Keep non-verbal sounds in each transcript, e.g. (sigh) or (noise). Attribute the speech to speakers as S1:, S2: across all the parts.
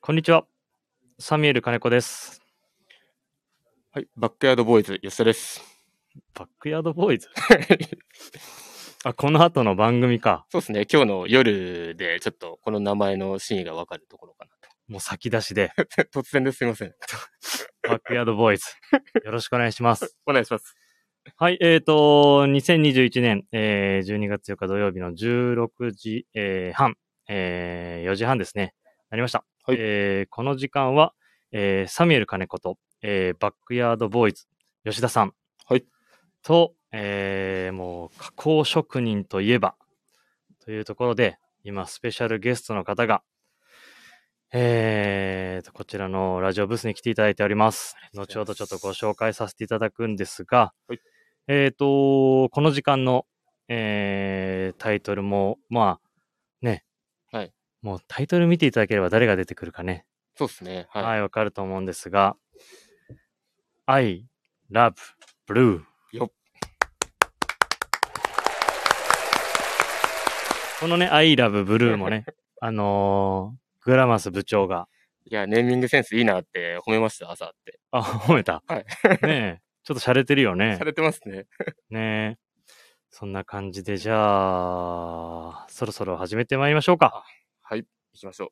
S1: こんにちは。サミュエル金子です。
S2: はい、バックヤードボーイズ、吉田です。
S1: バックヤードボーイズあ、この後の番組か。
S2: (laughs) そうですね、今日の夜でちょっとこの名前の真意がわかるところか
S1: もう先出し
S2: (laughs)
S1: で。
S2: なと。突然ですいません。
S1: バックヤードボーイズ。よろしくお願いし
S2: (laughs)
S1: ます。
S2: お願いします。
S1: はい、えっ、ー、と、2021年、えー、12月4日土曜日の16時、えー半、えー4時半ですね。なりました。
S2: はい
S1: えーこの時間は、えーサミュエル金子と、えーバックヤードボーイズ、吉田さん。
S2: はい
S1: と、えーもう、加工職人といえば、というところで、今、スペシャルゲストの方が、えーと、こちらのラジオブースに来ていただいております。後ほどちょっとご紹介させていただくんですが、
S2: はい
S1: えーと、この時間の、えータイトルも、まあ、ね、
S2: はい
S1: もうタイトル見ていただければ誰が出てくるかね、
S2: そうですね、はい。
S1: はい、わかると思うんですが、I love blue。
S2: よっ
S1: このね、I love blue
S2: (laughs)
S1: もね、あのーグラマス部長が、
S2: いや、ネーミングセンスいいなって褒めました、朝って。
S1: あ、褒めた。
S2: はい
S1: ねえ、ちょっと洒落てるよね
S2: (laughs) さ。れてますね。
S1: ねえ。そんな感じで、じゃあ、そろそろ始めてまいりましょうか。
S2: はい、行きましょ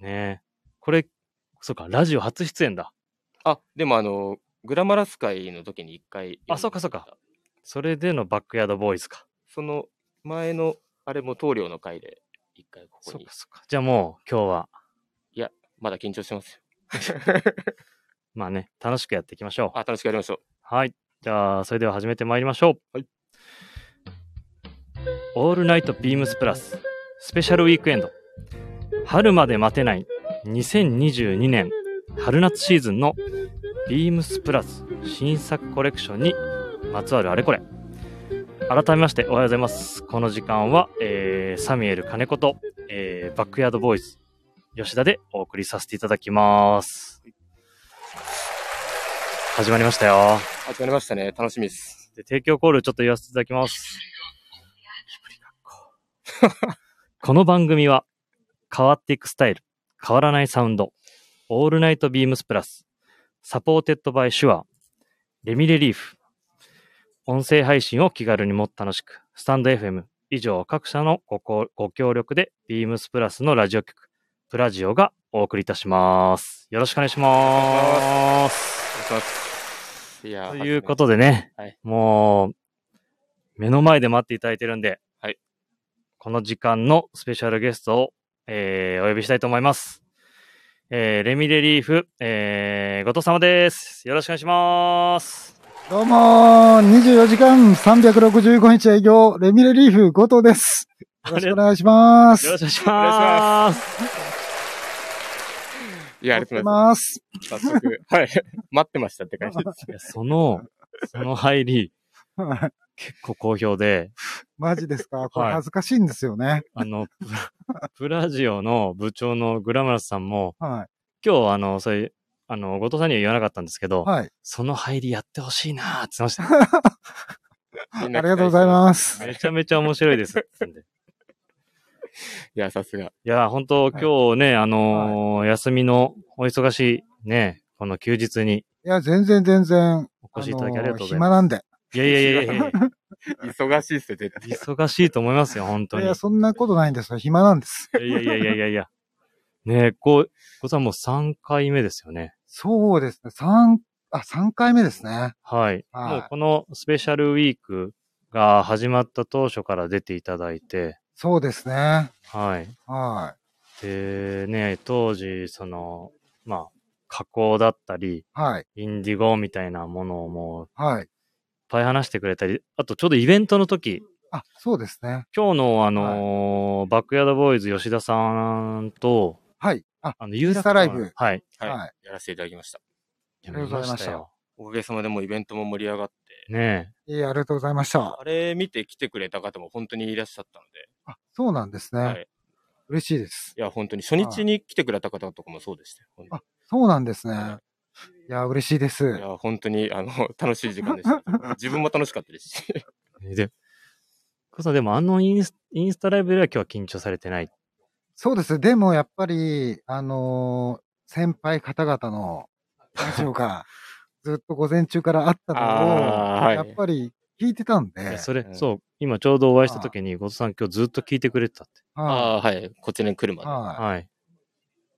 S2: う。
S1: ねえ。これ、そうか、ラジオ初出演だ。
S2: あ、でもあの、グラマラス会の時に一回。
S1: あそうかそうか。それでのバックヤードボーイズか。
S2: その前の、あれも棟梁の会で一回ここ
S1: そっ
S2: に
S1: か。そっか。じゃあもう今日は、
S2: まだ緊張して (laughs) ますよ。
S1: まあね、楽しくやっていきましょう。
S2: あ、楽しくやりましょう。
S1: はい。じゃあ、それでは始めてまいりましょう。
S2: はい。
S1: オールナイトビームスプラス、スペシャルウィークエンド。春まで待てない2022年春夏シーズンのビームスプラス新作コレクションにまつわるあれこれ。改めましておはようございます。この時間は、えーサミュエル金子と、えーバックヤードボーイズ吉田でお送りさせていただきます。始まりましたよ。
S2: 始まりましたね、楽しみです。
S1: で、提供コールちょっと言わせていただきます。 (laughs) この番組は、変わっていくスタイル、変わらないサウンド、オールナイトビームスプラス、サポーテッドバイシュア、レミレリーフ、音声配信を気軽にもっと楽しく、スタンド FM 以上各社のごこご協力で、ビームスプラスのラジオ局、プラジオがお送りいたします。よろしくお願いします。
S2: お願いします。いや、
S1: ということでね、
S2: はい
S1: もう、目の前で待っていただいてるんで、
S2: はい
S1: この時間のスペシャルゲストを、えーお呼びしたいと思います。えーレミレリーフ、えー、後藤様です。よろしくお願いします。
S3: どうもー、24時間365日営業、レミレリーフ後藤です。よろしくお願いしま
S1: よろ
S3: す。
S1: しくお願いし
S2: お願
S1: ます。
S2: いや、ありがとうございます。
S3: ます。
S2: 早
S3: (laughs)
S2: 速、はい。待ってましたって感じです。
S1: いやその、その入り、
S3: はい
S1: 結構好評で、
S3: マジです
S1: (laughs)
S3: かこ
S1: は
S3: れ
S1: い
S3: 恥ずかしいんですよね。
S1: あの、プラプ (laughs) ラジオの部長のグラマラスさんも、
S3: は
S1: 今日、あの、そういう、あの、後藤さんには言わなかったんですけど、
S3: い。はい。
S1: その入りやってほしいなーって言ってまし
S2: あり
S3: ありがとうございま
S1: た。(laughs)
S3: す。
S1: めちゃめちゃ面白い (laughs) ですって言ってんで。
S2: す。いや、さすが。
S1: いやー、本当
S3: はい
S1: 今日ね、あのー休みのお忙しいね、この休日に
S3: いや、全然全然。
S1: お越しいただきありがとうござい
S3: 暇
S1: ま
S3: なんで。
S1: す。いやいやいやいやいや、
S2: 忙しいっすよ、絶対。
S1: 忙しいと思いますよ、本
S3: い
S1: 当に。い
S3: や、そんなことないんですよ。暇なんです。
S1: やいやいやいやいやいや。ねえ、こう、こさんもう3回目ですよね。
S3: そうですね。3、あ、3回目ですね。
S1: はい。
S3: は
S1: も
S3: い
S1: うこのスペシャルウィークが始まった当初から出ていただいて、
S3: そうですね。
S1: はい。
S3: は
S1: で、ね、当時、その、まあ、加工だったり、
S3: い。はい。
S1: インディゴみたいなものをもういっ
S3: はい。
S1: ぱい話してくれたり、あとちょうどイベントの時、
S3: あ、そうですね。
S1: 今日のあのーバックヤードボーイズ吉田さんと、
S3: はい。あ、
S1: あの、ユー
S3: スタライブ
S1: 楽はい。
S2: はい。
S3: は
S2: やらせていただきました。
S1: や
S3: りがとうございました
S1: よ。
S2: おかげさまでもうイベントも盛り上がって、
S1: ね
S3: い。いや、ありがとうございました。
S2: あれ見て来てくれた方も本当にいらっしゃったので、
S3: あ、そうなんですね。
S2: はい。
S3: 嬉しいです。
S2: いや、本当に初日に来てくれた方とかもそうでしたよ。本当に
S3: そうなんですね。
S2: はい
S3: や、嬉しいです。
S2: いや、本当に、あの、楽しい時間で
S3: (laughs)
S2: した。自分も楽しかったですし。
S1: え。で、こそでもあのインスインスタライブよりは今日は緊張されてない。
S3: そうです。でもやっぱり、あの先輩方々のラジオがずっと午前中からあったの
S2: あ
S3: を、
S2: ーはい
S3: やっぱり聞いてたん
S1: い
S3: で
S1: や、それ、
S2: うん
S1: そう、今ちょうどお会いした時に、後藤さん今日ずっと聞いてくれてたって。
S3: は
S2: ああー、はい。こっちに来る
S3: い
S2: ま
S3: は
S1: はい。
S3: い。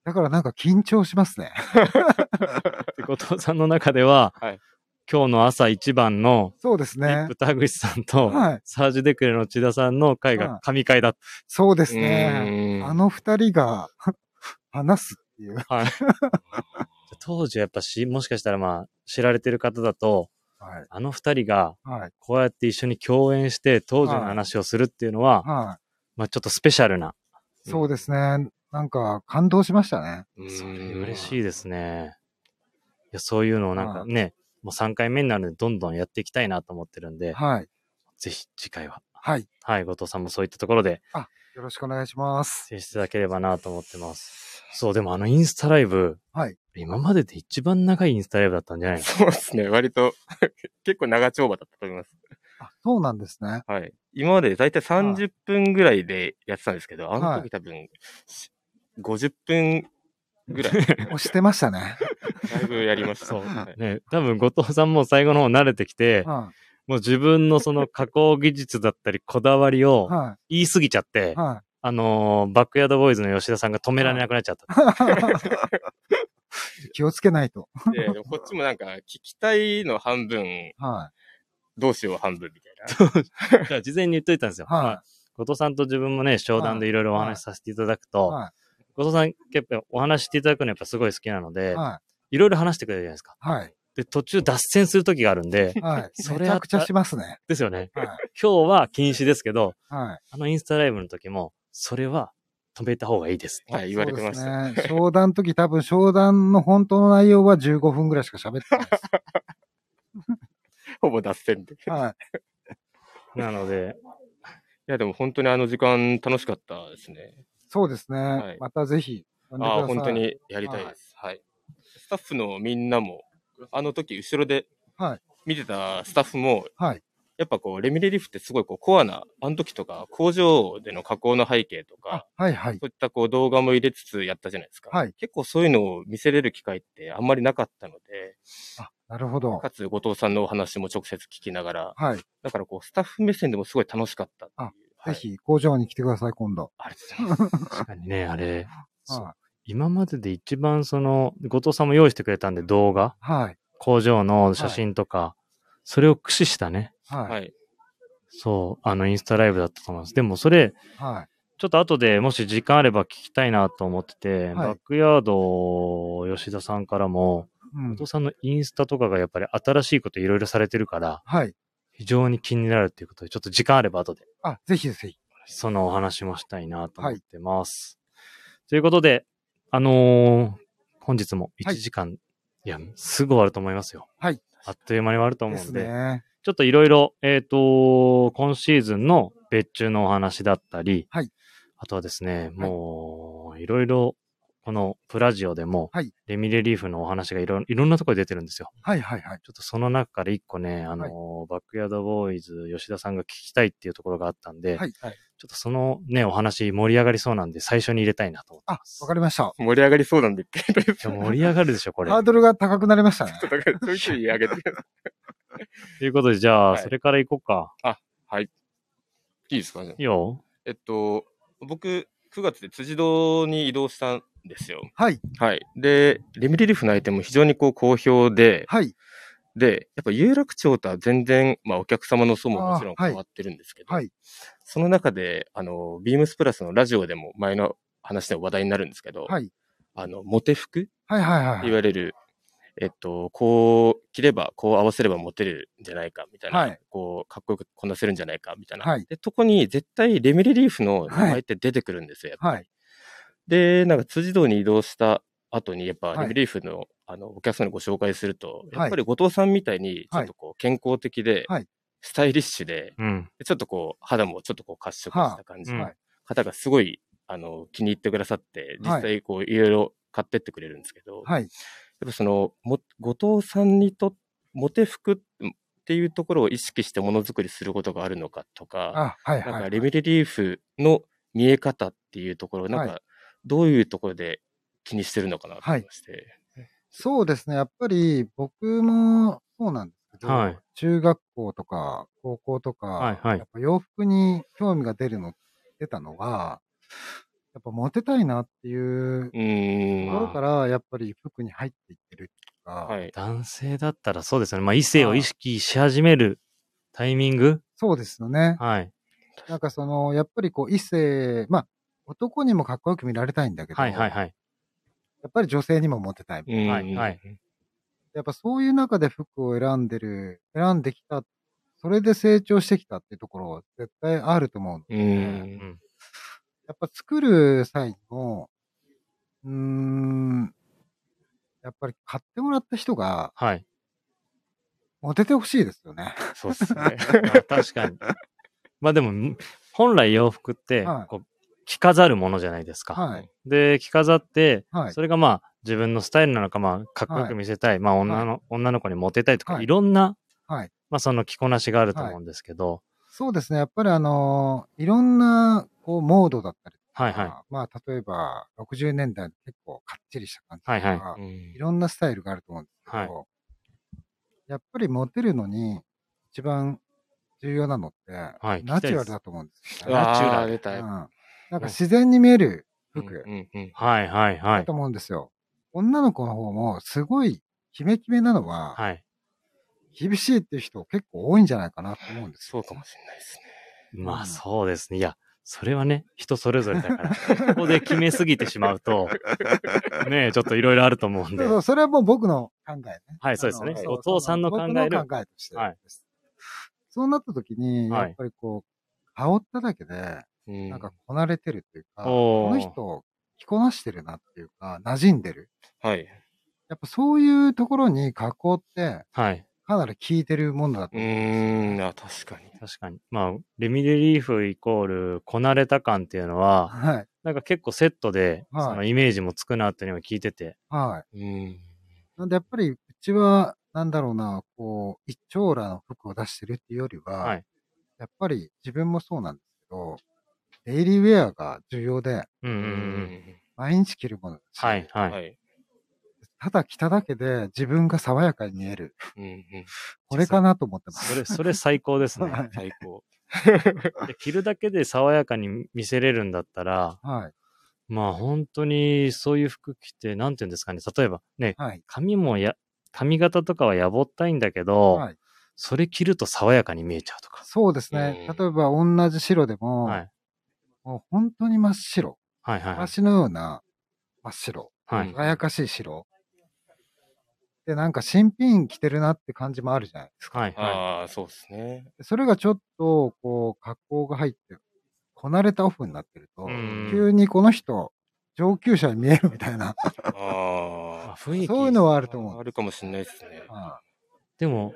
S3: だからなんか緊張しますね。
S1: で後藤さんの中では、
S2: はい
S1: 今日の朝一番の、
S3: そうです
S1: リッ
S3: ね
S1: プ。田口さんと、
S3: はい
S1: サージュデクレの千田さんの会
S3: はい
S1: が神会だっ
S3: そうです
S2: で。
S3: ね。
S2: うーん
S3: あの二人が (laughs) 話すっていう。
S1: た。はい当時やっぱし、もしかしたらまあ、知られてる方だと、
S3: はい。
S1: あの二人が、
S3: はい。
S1: こうやって一緒に共演して、当時の話をするっていうのは、
S3: は
S1: まあちょっとスペシャルな、
S3: い。そうですね。なんか感動しましたね。
S2: うーん
S1: それ嬉しいですね。いや、そういうのをなんか
S3: は
S1: ね、もう3回目になるんで、どんどんやっていきたいなと思ってるんで、
S3: はい。
S1: ぜひ次回は。
S3: はい。
S1: はい、後藤さんもそういったところで、
S3: よろしくお願いします。
S1: 接していただければなと思ってます。そう、でもあのインスタライブ、
S3: はい
S1: 今までで一番長いインスタライブだったんじゃないの
S2: そうですね。割と、結構長丁場だったと思います。
S3: あ、そうなんですね。
S2: はい。今までだいたい30分ぐらいでやってたんですけど、あの
S3: はい
S2: 時多分、し50分ぐらい、
S3: 押して
S2: (laughs)
S3: ましたね。
S2: だいぶやりました。
S1: そう
S2: はい
S1: ね、多分後藤さんも最後の方慣れてきて、
S3: は
S1: もう自分のその加工技術だったりこだわり
S3: い。
S1: を
S3: は
S1: 言いすぎちゃって、
S3: い。は
S1: あのーバックヤードボーイズの吉田さんが止められなくなっちゃった。
S3: い。 (laughs) 気をつけないと。
S2: で、でもこっちもなんか、聞きたいの半分、
S3: は
S2: どうしよう半分みたいな。
S1: じゃあ事前に言っといたんですよ。
S3: い。は
S1: 後藤さんと自分もね、商談でいろいろお話しさせていただく
S3: い。
S1: と、
S3: は
S1: 後藤さん結構お話ししていただくのやっぱすごい好きなの
S3: い。
S1: で、
S3: はい
S1: ろいろ話してくれるじゃないですか。
S3: い。
S1: で、途中脱線する時があるんで、
S2: (laughs)
S3: はい。
S1: そ
S3: め
S1: れ
S3: ち
S1: あ
S3: ゃ
S1: っ
S3: くちゃしますね。
S1: ですよね。
S3: はい。
S1: 今日は禁止ですけど、
S3: はい。
S1: あのインスタライブの時も、それは止めた方がいいです。
S2: (laughs) はい、言われてました。
S3: そうですね。商談の時多分商談の本当の内容は15分ぐらいしか喋ってないで
S2: ほぼ脱線で。い
S3: す。はい。
S1: なので、
S2: や、でも本当にあの時間楽しかったですね。
S3: そうですね。
S2: はい
S3: またぜひ呼んでく
S2: あ
S3: ださい。
S2: あ、本当。にやりたいです。はい。スタッフのみんなも、あの時後ろで
S3: はい
S2: 見てたスタッフも、
S3: はい
S2: やっぱこう、レミレリフってすごいこうコアな、あの時とか工場での加工の背景と
S3: あ
S2: か、、
S3: はいはい。
S2: そういったこう動画も入れつつやったじゃないですか。
S3: はい
S2: 結構そういうのを見せれる機会ってあんまりなかったので、
S3: あ、なるほど。
S2: かつ後藤さんのお話も直接聞きながら、
S3: はい。ぜ
S2: だからこう、スタッフ目線でもすごい楽しかったっていう。はい、
S3: ひ工場に来てください、今度。
S2: ありがとうございます。
S1: 確かにね、あれ、そう
S3: は
S1: 今までで一番その、後藤さんも用意してくれたんで動画、
S3: い。はい。
S1: 工場の写真とか、それを駆使したね、
S3: は。
S2: はいい。
S1: そう、あのインスタライブだったと思います。でもそれ、
S3: はい。
S1: ちょっと後でもし時間あれば聞きたいなと思ってて、
S3: い
S1: バックヤード吉田さんからも、
S3: うん
S1: 後藤さんのインスタとかがやっぱり新しいこといろいろされてるから、
S3: はい。
S1: 非常に気になるっていうことで、ちょっと時間あれば後で、
S3: あ、ぜひぜひ。
S1: そのお話もしたいなと思ってます。ということで、あのー本日も1時間、い、や、すぐ終わると思いますよ。
S3: はい。
S1: あっという間に終わると
S3: で
S1: 思う
S3: す
S1: んで、
S3: ね。
S1: ちょっといろいろ、えっ、と、今シーズンの別注のお話だったり、
S3: はい
S1: あとはですね、もう、いろいろ、このプラジオでも、
S3: はい
S1: レミレリーフのお話がいろいろんなところで出てるんですよ。
S3: はいはいはい。
S1: ちょっとその中から一個ね、あのーバックヤードボーイズ吉田さんが聞きたいっていうところがあったんで、
S3: はい
S2: はい
S1: ちょっとそのね、お話盛り上がりそうなんで最初に入れたいなと思って
S3: あ
S1: ま、す。
S3: わかりました。
S2: 盛り上がりそうなんで、一回とりあえず
S1: いや盛り上がるでしょ、
S3: (laughs)
S1: これ。
S3: ハードルが高くなりまし
S1: (laughs)
S3: たね。
S2: だからちょい (laughs) ちょい上げて。
S1: ということで、じゃあ、
S2: はい
S1: それから行こうか。
S2: いいですかね
S1: いいよ。
S2: えっと、僕、9月で辻堂に移動したんですよ。
S3: はい。
S2: はい。で、レミリリフのアイテムも非常にこう好評で、
S3: はい。
S2: で、やっぱ有楽町とは全然、まあお客様の層ももちろん
S3: あーはい
S2: 変わってるんですけど、
S3: はい。
S2: その中で、あの、ビームスプラスのラジオでも前の話でも話題になるんですけど、
S3: はい。
S2: あの、モテ服って
S3: はいはいはい
S2: 言。われる、えっと、こう着れば、こう合わせればモテるんじゃないか、みたいな、
S3: はい
S2: こう、かっこよくこなせるんじゃないか、みたいな。
S3: はい。
S2: で、とこに絶対レミリリーフの名前って出てくるんですよ、やっぱり
S3: はい。
S2: で、なんか辻堂に移動した後に、やっぱ
S3: はい
S2: リリーフの,、あのお客さんにご紹介すると、
S3: はい
S2: やっぱり後藤さんみたいに、ちょっとこう健康的で、
S3: はい
S2: スタイリッシュで、
S1: うん。
S2: でちょっとこう肌もちょっとこう褐色した感じ
S1: はあ
S2: の
S1: は
S2: 方がすごいあの気に入ってくださって、
S3: はい
S2: 実際こういろいろ買ってってくれるんですけど、
S3: はい。
S2: やっぱその、も後藤さんにとモテ服っていうところを意識してものづくりすることがあるのかとか、
S3: あ、はい
S2: なん
S3: は
S2: か
S3: い。
S2: レミレリーフの見え方っていうところ、なん
S3: は
S2: かどういうところで気にしてるのかなと思いまして。
S3: そうですね。やっぱり僕もそうなんですけど、
S1: はい
S3: 中学校とか高校とか、
S1: はいはい
S3: やっぱ洋服に興味が出るの、出たのは、やっぱモテたいなっていう
S2: うー
S3: と
S2: ん。
S3: ころから、やっぱり服に入っていってるっていうか、
S2: はい。
S1: 男性だったらそうですよね。まあ、異性を意識し始めるタイミング
S3: そうですよね。
S1: はい。
S3: なんかその、やっぱりこう異性、まあ、男にもかっこよく見られたいんだけど、
S1: はいはいはい。
S3: やっぱり女性にもモテたい。
S2: うん
S1: はいはい。
S3: やっぱそういう中で服を選んでる、選んできた、それで成長してきたっていうところ、絶対あると思うの。
S2: う。。
S1: うん
S3: やっぱ作る際も、うーん、やっぱり買ってもらった人が
S1: はい。
S3: モテてほしいですよね。
S2: そうですね。
S1: まあ確かに。まあでも、本来洋服って
S3: はい、
S1: こう、着飾るものじゃないですか。
S3: はい。
S1: で、着飾って、
S3: はい
S1: それがまあ、自分のスタイルなのか、まあ、かっこよく見せたい、まあ、女の、女の子にモテたいとか、
S3: はい
S1: いろんな、
S3: はい
S1: まあ、その着こなしがあると思うんですけど、
S3: そうですね。やっぱりあのーいろんな、こう、モードだったり
S1: はい
S3: とか、
S1: はい。
S3: まあ、例えば、60年代の結構かっちりした感じとか、
S1: はいはい
S3: いろんなスタイルがあると思うんですけど、やっぱりモテるのに一番重要なのって、
S1: い
S3: ナチュラルだと思うんですよ
S2: う
S3: ね。
S1: ナチュ
S2: わ
S1: ラ
S2: ー
S1: ル
S2: 出
S3: う
S2: た。
S3: んなんか自然に見える服
S2: うんうん。
S1: はいはいは
S3: だ
S1: い
S3: と。思うんですよ。女の子の方もすごいキメキメなのは、
S1: はい。
S3: 厳しいっていう人結構多いんじゃないかなと思うんです
S2: そうかもしれないですね。
S1: ま
S3: う
S1: あ、
S3: ん
S1: そうですね。いや、それはね、人それぞれだ
S3: (laughs)
S1: から、ここで決めすぎてしまうと、ねえ、ちょっといろいろあると思うん
S3: よ。
S1: で
S3: そう。そう、それはもう僕の考えね。
S1: はい、そうですね
S3: あの。
S1: お父さんの考え
S3: 僕
S1: る
S3: の。考えとして
S1: はい
S3: です。そうなった時に、
S1: は
S3: や
S1: い
S3: っぱりこう、羽織っただけで、
S2: うん
S3: なんかこなれてるっていうか、
S1: おー
S3: この人着こなしてるなっていうか、馴染んでる。
S2: はい。
S3: やっぱそういうところに加工って
S1: はい。
S3: かなり効いてるものだと
S2: う
S3: 思う。
S2: ーん、あ、確かに。
S1: 確かに。まあ、レミレリーフイコール、こなれた感っていうのは、
S3: はい。
S1: なんか結構セットで、
S3: はい
S1: そのイメージもつくなっていうのを聞いてて、
S3: は
S2: うん。
S3: い。なんでやっぱりうちは、なんだろうな、こう、一長羅の服を出してるっていうよりは、
S1: はい
S3: やっぱり自分もそうなんですけど、デイリーウェアが重要で、
S1: うんうん
S2: う
S1: うん。
S2: ん。
S3: 毎日着るものだし、
S1: はい、は。
S2: はいい。
S3: ただ着ただけで自分が爽やかに見える。
S2: うんうん。
S3: これかなと思ってます。
S1: それ、それ最高ですね。
S3: (laughs) はい
S2: 最高。
S1: で着るだけで爽やかに見せれるんだったら、
S3: はい。
S1: まあ本当にそういう服着て、なんて言うんですかね。例えばね、
S3: はい。
S1: 髪もや、髪型とかはやぼったいんだけど、
S3: はい
S1: それ着ると爽やかに見えちゃうとか。
S3: そうですね。
S2: うん
S3: 例えば同じ白でも、
S1: はい。
S3: もう本当に真っ白。
S1: はいはいはい。
S3: 昔のような真っ白。
S1: はい。
S3: 輝かしい白。で、なんか新品着てるなって感じもあるじゃない。
S1: はいは
S2: ああ、そうですね。
S3: それがちょっと、こう、格好が入って、こなれたオフになってると
S1: い。う、ん
S3: 急にこの人、上級者に見えるみたい
S1: ま
S2: あ
S3: な。
S1: あ
S2: あ。
S1: 雰囲気。
S3: そういうのはあると思う。
S2: あるかもしれないですね。
S3: は
S1: でも、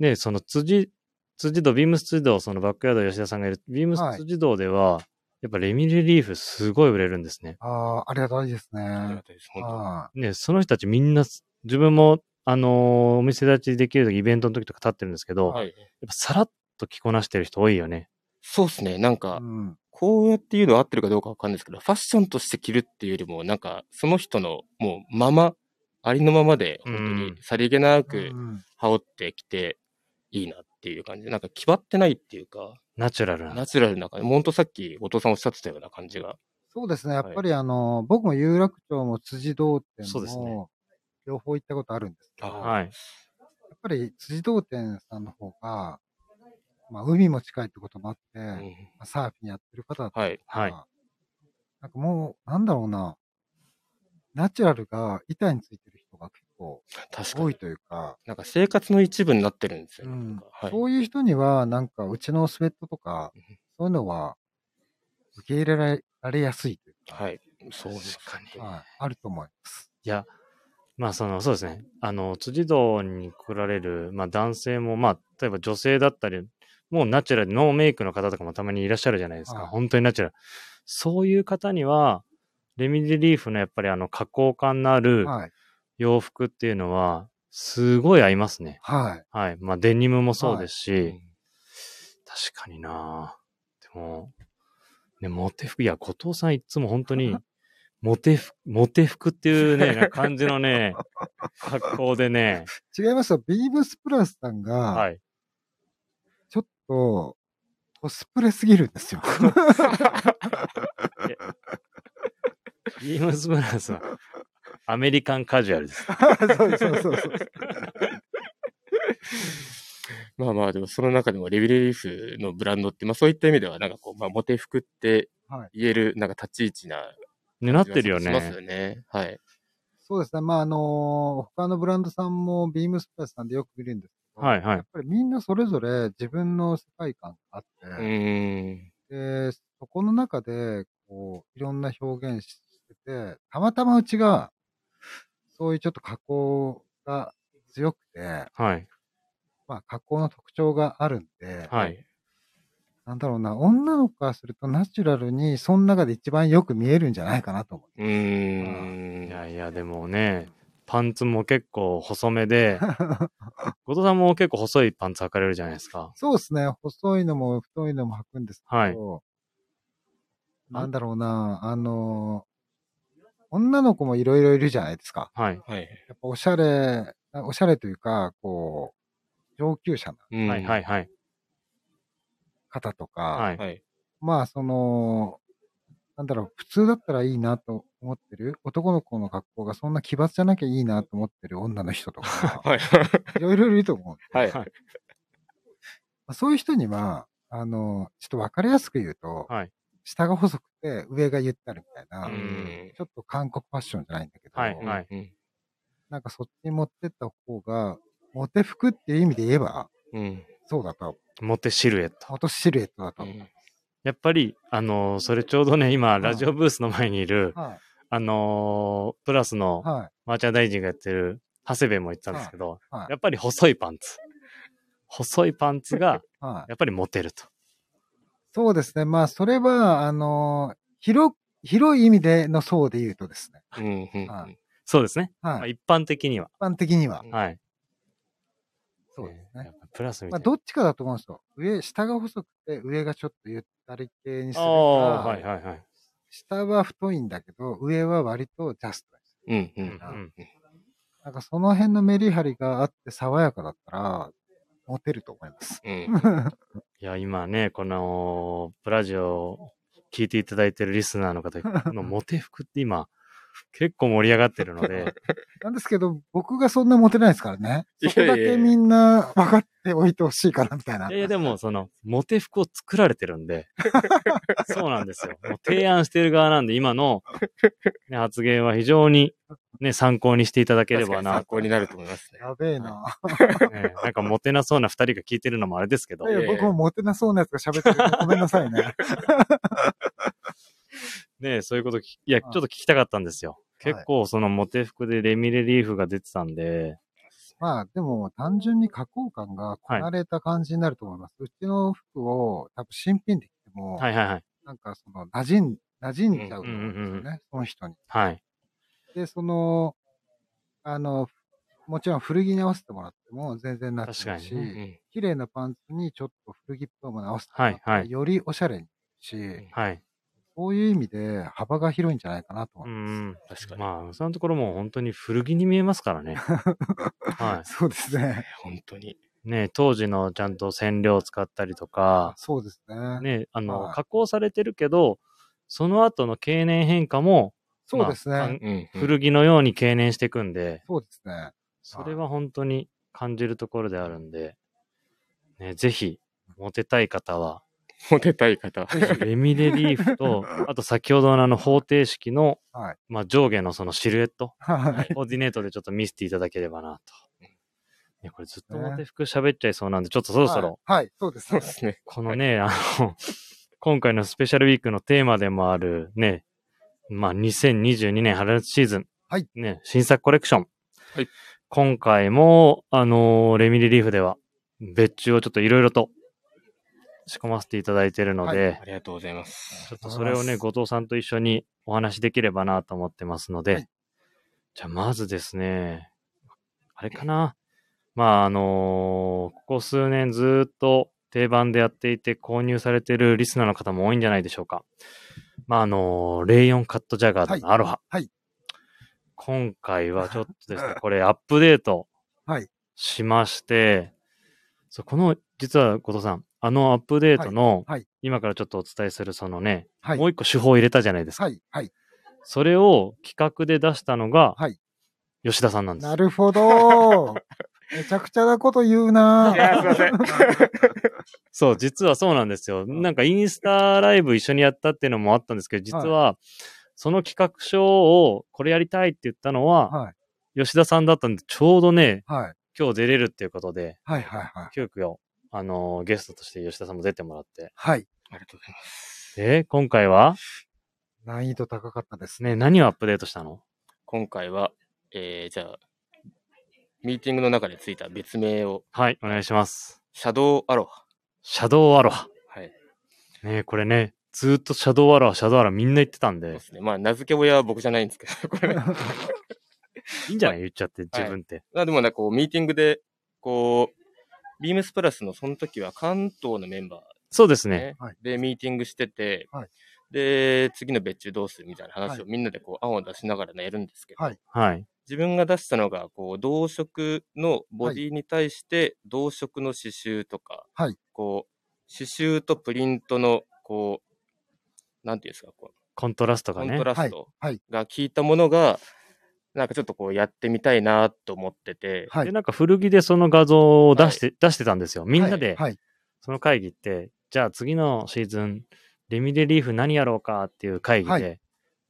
S1: ね、その辻、辻堂、ビームス辻堂、そのバックヤード吉田さんがいる、ビーム
S3: はい
S1: ス辻堂では、やっぱレミレリーフすごい売れるんですね。
S3: い。ああ、ありがたいですね。
S2: あり
S3: は
S2: がたいです。本
S1: ね、その人たちみんな、自分も、あのーお店立ちできる時、イベントの時とか立ってるんですけど、
S2: 当。はい。
S1: やっぱさらっと着こなしてる人多いよね。
S2: そうですね。なん
S3: い。
S2: か
S3: う、ん。
S2: こうやって言うのは合ってるかどうかわかんないですけど、ファッションとして着るっていうよりも、なんか、その人の、もう、まま、ありのままで、本当
S1: うん
S2: に、さりげな
S3: う
S2: く
S3: ん
S2: 羽織ってきて、いいなっていう感じで、なんか、決まってないっていうか、
S1: ナチュラルな。
S2: ナチュラルな感じ、ほんとさっき、後藤さんおっしゃってたような感じが。
S3: そうですね。や
S2: はい
S3: っぱりあの、僕も有楽町も辻堂店
S1: そうですね
S3: も、両方行ったことあるんですけど、
S2: あ
S3: やっ
S1: はい。
S3: ぱり辻堂店さんの方が、まあ、海も近いってこともあっ
S2: う
S3: て、ま
S2: ん
S3: あサーフィンやってる方だった
S2: はい。
S3: ら、
S1: はい。
S3: なんかもう、なんだろうな、ナチュラルが板についてる人が結構
S2: 確か
S3: 多い
S2: に。
S3: というか、
S2: なんか、生活の一部になってるんですよね。
S3: うん
S2: なんかはい。
S3: そういう人には、なんかうちのスウェットとか
S2: うん、
S3: そういうのは受け入れられられやすいというか、
S2: はい。そうです
S1: 確かに
S3: はいあると思います。
S1: いや、まあその、そうですね。あの、辻堂に来られる、まあ男性も、まあ、例えば女性だったり、もうナチュラル、ノーメイクの方とかもたまにいらっしゃるじゃないですか。
S3: はい
S1: 本当にナチュラル。そういう方には、レミデリーフのやっぱりあの、加工感のある
S3: はい。
S1: 洋服っていうのは、すごい合いますね。
S3: はい。
S1: はい。まあデニムもそうですし、
S2: うん
S1: 確かに
S2: (laughs)
S1: なでも、ね、モテ服、いや、後藤さんいつも本当に、モテ服、モテ服っていうね、なんか感じの
S2: (laughs)
S1: ね、格好でね、
S3: 違いますよ。ビームスプラスさんが、
S1: はい。
S3: ちょっと、コスプレすぎるんですよ。
S1: ビームスブラスは、アメリカンカジュアルです。
S3: そうそうそうそう。
S2: まあまあ、でもその中でもレビレリーフのブランドって、まあそういった意味では、なんかこう、まあモテ服って
S3: はい
S2: 言える、なんか立ち位置な、
S1: ね、なってるよ
S2: します
S1: ね。
S2: よね。はい。
S3: そうですね。まあ、あの他のブランドさんもビームスプラスさんでよく見るんですけど、
S1: はい
S3: やっ
S1: はい。
S3: ぱりみんなそれぞれ自分の世界観があって、
S2: うーん。
S3: で、そこの中で、こう、いろんな表現してて、たまたまうちが、そういうちょっと加工が強くて、
S1: はい。
S3: まあ、加工の特徴があるんで、
S1: はい。
S3: なんだろうな、女の子からするとナチュラルに、その中で一番よく見えるんじゃないかなと思う。
S2: うー
S1: い
S2: ん。
S1: やいや、でもね、パンツも結構細め
S2: (laughs)
S1: で、後藤さんも結構細いパンツ履かれるじゃないですか。
S3: そうですね、細いのも太いのも履くんです
S1: は
S3: け
S1: い。
S3: ど、なんだろうな、あの女の子もいろいろいるじゃないですか。
S1: はい。
S2: はい。
S3: やっぱおしゃれ、おしゃれというか、こう、上級者な
S2: うん
S1: はいはい。はい。
S3: 方とか、
S1: はい。
S2: はい。 (laughs)
S3: まあその、なんだろう、普通だったらいいなと思ってる、男の子の格好がそんな奇抜じゃなきゃいいなと思ってる女の人とか、
S1: (laughs)
S2: はい。
S3: いろいろいると思う。
S2: はい。
S1: はい
S3: まあそういう人には、あの、ちょっとわかりやすく言うと、
S1: はい
S3: 下が細くて上がゆったりみたいな、
S1: うん
S3: ちょっと韓国ファッションじゃないんだけど、
S1: はいはい
S2: い。
S3: なんかそっちに持ってった方が、モテ服っていう意味で言えば、
S2: うん。
S3: そうだと思う。
S1: モテシルエット。
S3: モトシルエットだと
S2: う
S3: 思う。
S2: ん
S1: やっぱり、あのーそれちょうどね、今、ラジオブースの前にいる、
S3: はい。
S1: あのープラスの
S3: はい。
S1: マーチャンダイジングやってる長谷部も言ってたんですけど、
S3: はいはい
S1: やっぱり細いパンツ。細いパンツが、
S3: はい。
S1: やっぱりモテると。
S3: そうですね。まあ、それは、あの広、広い意味での層で言うとですね。
S2: うんうん
S3: は
S1: そうですね。まあ
S3: はい。一
S1: 一般的には。
S3: 般的には。
S2: うん
S1: はい。
S3: そうです
S1: や
S3: ね
S1: っ。ぱプラスみた
S3: まあ、
S1: い
S3: ど
S1: な。
S3: っちかだと思うんですよ。上、下が細くて、上がちょっとゆったり系にす
S1: あ
S3: るか、
S1: あ、はいはいはい。
S3: 下は太いんだけど、上は割とジャストです。
S2: うん
S1: う
S2: う
S1: ん
S2: ん。
S1: うん
S3: なんかその辺のメリハリがあって爽やかだったら、モテると思います。 (laughs)
S2: うん。
S1: いや、今ね、この、プラジオを聞いていただいてるリスナーの方、このモテ服って今、結構盛り上がってるので、
S3: なんですけど、僕がそんなモテないですからね。
S2: い
S3: そ
S2: やい
S3: こ
S2: やいや
S3: だけみんな分かっておいてほしいかな、みたいな。
S1: いやいや、でも、その、モテ服を作られてるん (laughs) で、そうなんですよ。もう提案してる側なんで、今 (laughs) の、ね、発言は非常に、ね、参考にしていただけれ
S2: 確か
S1: ば
S2: に
S1: な
S2: 参。考になると思いますね。
S3: やべえな。
S1: ねなんか、モテなそうな二人が聞いてるのもあれですけど
S3: い、 (laughs) やいや僕もモテなそうなやつが喋ってるごめんなさいね。
S1: ね、そういうことき、いや、ちょっと聞きたかったんですよ。
S3: い
S1: 結構、その、モテ服でレミレリーフが出てたんで、
S3: まあでも単純に加工感がこなれた感じになると思います。うちの服を多分新品で着ても、
S1: はいはいはい。
S3: なんかその馴染ん、馴染んちゃうと思うんですよ
S1: うん
S3: ね、
S1: うんうん
S3: その人に。
S1: はい。
S3: で、その、あの、もちろん古着に合わせてもらっても全然なっちゃうし、
S1: 確
S2: うんうん
S3: 綺麗なパンツにちょっと古着っぽいもの合わせても
S1: は
S3: らっ
S1: い
S3: て、
S1: はい
S3: よりおしゃれにし、
S2: ん
S1: はい。
S3: そういう意味で幅が広いんじゃないかなと思
S1: う
S3: います。
S1: ん。
S2: 確かに。
S1: まあ、そのところも本当に古着に見えますから (laughs) ね。
S3: (laughs)
S1: は
S3: そうですね。
S2: 本当に。
S1: い。ね、当時のちゃんと染料を使ったりとか、
S3: そうですね。
S1: ね、あの、
S3: はい
S1: 加工されてるけど、その後の経年変化も、
S3: そうですね。
S1: まあかん
S2: うんうん
S1: 古着のように経年していくんで、
S3: そうですね。
S1: それは本当に感じるところであるんで、ね、ぜひ、モテたい方は、
S2: モテたい方。
S1: レミレリーフと、あと先ほどのあの方程式の、
S3: はい
S1: まあ、上下のそのシルエット、
S3: (laughs) はい。
S1: コーディネートでちょっと見せていただければなと。いや、これずっと
S3: ね
S1: モテ服喋っちゃいそうなんで、ちょっとそろそろ、
S3: はい。はい、そうです
S1: (laughs)
S2: そう
S3: ね
S2: で。すね。
S1: このね、あの、今回のスペシャルウィークのテーマでもあるね、まあ、2022年春シーズン。
S3: はい
S1: ね、新作コレクション。
S2: はい
S1: 今回も、あのーレミリリーフでは、別注をちょっといろいろと仕込ませていただいているので、
S2: ありがとうございます。
S1: ちょっとそれをね、後藤さんと一緒にお話しできればなと思ってますので、
S3: はい
S1: じゃあまずですね、あれかな。まあ、あのーここ数年ずーっと定番でやっていて購入されてるリスナーの方も多いんじゃないでしょうか。まあ、あのーレイオンカットジャガーのアロハ。
S3: はい
S1: 今回はちょっとですね、これアップデート
S3: はい
S1: しまして、そうこの、実は、後藤さん、あのアップデートの、
S3: はいはい
S1: 今からちょっとお伝えするそのね、
S3: はい
S1: もう。一個手法を入れたじゃないですか。
S3: はい。はい。
S1: それを企画で出したのが、
S3: はい
S1: 吉田さんなんです
S3: な。る
S1: (laughs)
S3: ほど。めちゃくちゃなこと言うない
S2: や、すいません。
S1: そう、実はそうなんですよ。なんかインスタライブ一緒にやったっていうのもあったんですけど、実は、その企画書をこれやりたいって言ったのは、
S3: はい。
S1: 吉田さんだったんで、ちょうどね、
S3: はい。
S1: 今日出れるっていうことで、
S3: はい。はい。はい。
S1: 急遽、あのーゲストとして吉田さんも出てもらって。
S3: はい。
S2: ありがとうございます。
S1: で、今回は、
S3: 難易度高かったですね。
S1: (laughs) ね、何をアップデートしたの
S2: 今回は、えー、じゃあ、ミーティングの中でついた別名を、
S1: はい、お願いします。
S2: シャドウアロハ。
S1: シャドウアロハ。
S2: はい。
S1: ね、これね、ずーっとシャドウアロハ、シャドウアロハみんな言ってたん
S2: そうで
S1: で、
S2: すね。まあ、名付け親は僕じゃないんですけど、 (laughs) これ。
S1: いいんじゃない言っちゃって、自分って。
S2: まあ、でもなんかこう、ミーティングで、こう、ビームスプラスのその時は関東のメンバー
S1: そうですね。
S2: ね
S3: はい
S2: で、ミーティングしてて、
S3: はい
S2: で、次の別注どうするみたいな話
S3: は
S2: をみんなでこう、案を出しながらね、やるんですけど、
S3: はい
S1: はい。
S2: 自分が出したのが、こう、同色のボディに対して、同色の刺繍とか、
S3: はい
S2: こう、刺繍とプリントの、こう、なんていうんですか、こう、
S1: コントラスト
S2: コ
S1: が
S2: ン
S1: ね
S2: ト。ラ
S3: は
S2: ス
S3: い
S2: ト。
S3: はい。
S2: が効いたものが、なんかちょっとこうやってみたいなと思ってて、
S3: は
S1: で、
S3: い。
S1: なんか古着でその画像を出して、出してたんですよ。みんなで、
S3: はい。
S1: その会議って、じゃあ次のシーズン、レミレリーフ何やろうかっていう会議で、
S3: はい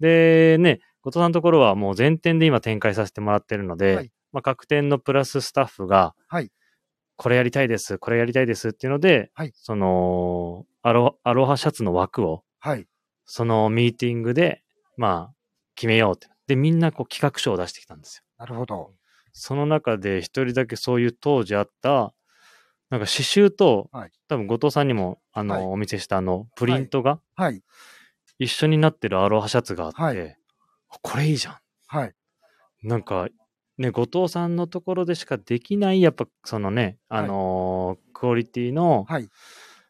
S1: で、ね、後藤さんのところはもう全店で今展開させてもらってるので、
S3: はい
S1: まあ各店のプラススタッフが、
S3: はい
S1: これやりたいです、これやりたいですっていうので、
S3: はい
S1: そのアロ、アロハシャツの枠を、
S3: はい。
S1: そのミーティングで、まあ、決めようって。で、みんなこう企画書を出してきたんですよ
S3: なるほど。
S1: その中で一人だけそういう当時あった、なんか刺繍と、
S3: はい
S1: 多分後藤さんにもあの、
S3: はい
S1: お見せしたあのプリントが
S3: はい。
S1: 一緒になってるアロハシャツがあって、
S3: はい
S1: これいいじゃ
S3: はい。
S1: ん。なんかね、後藤さんのところでしかできない、やっぱそのね、あのークオリティの
S3: はい。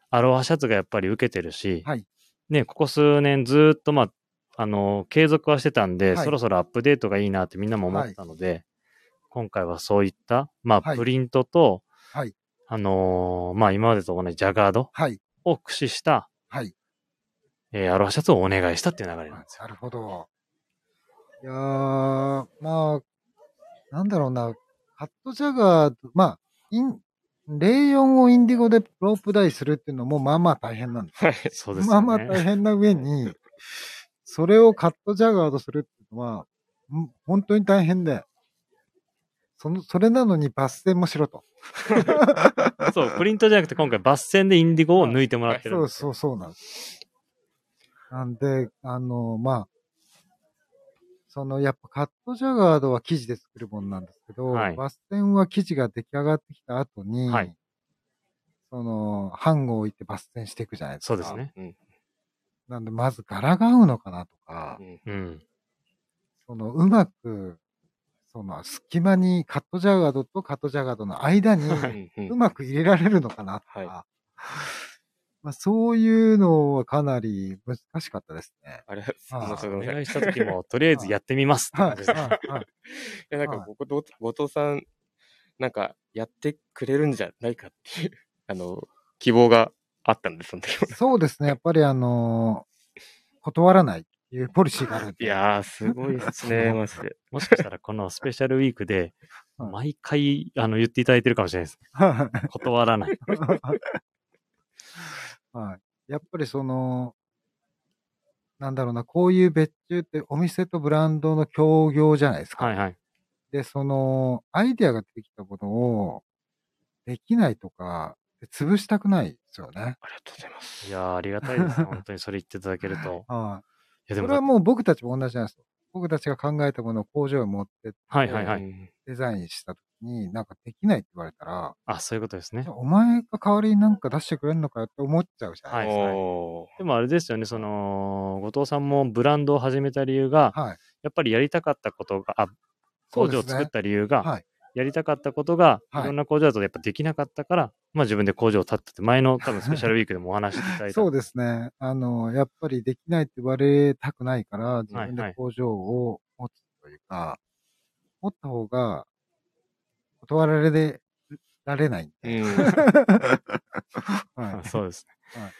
S1: アロハシャツがやっぱり受けてるし、
S3: はい
S1: ね、ここ数年ずーっとまあ、あのー継続はしてたんで、
S3: はい
S1: そろそろアップデートがいいなってみんなも思ってたので、今回はそういった、まあ、
S3: はい
S1: プリントと、
S3: はい
S1: あのーまあ、今までと同じジャガード
S3: はい。
S1: を駆使した、
S3: はい。
S1: えーアロハシャツをお願いしたっていう流れなんですよ。
S3: なるほど。いやー、まあ、なんだろうな、カットジャガー、まあ、イン、レイヨンをインディゴでロープダイするっていうのもまあまあ大変なんで
S2: (laughs)
S3: す。
S2: はい。
S1: そうです
S3: ま
S1: よ
S3: あ
S1: ね。
S3: まあ大変な上に、それをカットジャガーとするっていうのは、ん本当に大変で、その、それなのに抜線もしろと。
S1: (laughs) そう、プリントじゃなくて今回抜線でインディゴを抜いてもらってるん
S3: そ
S1: で
S3: う
S1: す。
S3: そうそうなんです。なんで、あの、まあ、その、やっぱカットジャガードは生地で作るものなんですけど、
S1: はい
S3: バステンは生地が出来上がってきた後に、
S1: はい
S3: その、版を置いてバステンしていくじゃないです
S1: そ
S3: か。
S1: うですね。
S2: うん。
S3: なんで、まず柄が合うのかなとか
S2: う、ん
S1: うん。
S3: その、うまく、その、隙間にカットジャガードとカットジャガードの
S1: (laughs)
S3: 間に、
S2: うんう
S3: うんまく入れられるのかなとか、
S2: はい
S3: まあ、そういうのはかなり難しかったですね。
S2: あれ、すみ
S3: あ
S2: ま
S3: ー
S2: せん。
S1: お
S2: ごめんなさ
S1: 願
S2: (laughs) い。
S1: いした時も、とりあえずやってみますって
S3: は
S1: 感
S3: い、
S1: じですね
S3: はい、はい。
S2: いや、なんか
S3: は
S2: ここ、ご後藤さん、なんか、やってくれるんじゃないかっていう、あの、希望があったんです、その時も。
S3: そうですね。やっぱりあのー断らないっていうポリシーがあるん
S2: い
S3: で。
S2: やー、すごいですね、マジで。
S1: もしかしたらこのスペシャルウィーク
S3: (laughs)
S1: で、
S3: はい
S1: 毎回あの言っていただいてるかもしれない
S3: (laughs)
S1: です。
S3: (laughs) は
S1: 断ら
S3: (laughs)
S1: ない。
S3: い。やっぱりその、なんだろうな、こういう別注ってお店とブランドの協業じゃないですか。
S1: はいはい。
S3: で、その、アイデアが出てきたものを、できないとか、潰したくないですよね。
S2: (laughs) ありがとうございます。
S1: いやーありがたいです。
S3: (laughs)
S1: 本当にそれ言っていただけると。
S3: はい。
S1: いやで
S3: そ
S1: も
S3: れはもう僕たちも同じなんですよ。僕たちが考えたものを工場へ持って
S1: はいはいは
S2: う
S1: い。
S2: ん
S3: デザインした時に、なんかできないって言われたら、
S1: あ、そういうことですね
S3: じゃ。あお前が代わりになんか出してくれるのかよって思っちゃうじゃないです
S1: はい
S2: お
S1: でもあれですよね、その、後藤さんもブランドを始めた理由が、
S3: か。はい。
S1: やっぱりやりたかったことが、あ工場を作った理由が、
S3: はい
S1: やりたかったことが、
S3: はい
S1: いろんな工場だとやっぱできなかったから、まあ自分で工場を建ってて、前の多分スペシャルウィークでもお話しいただいた。
S3: そうですね。あの、やっぱりできないって言われたくないから、自分で工場を持つというか、持った方が断られでられない。
S2: うん。
S1: (laughs)
S3: はい。
S1: そうですね。
S3: はい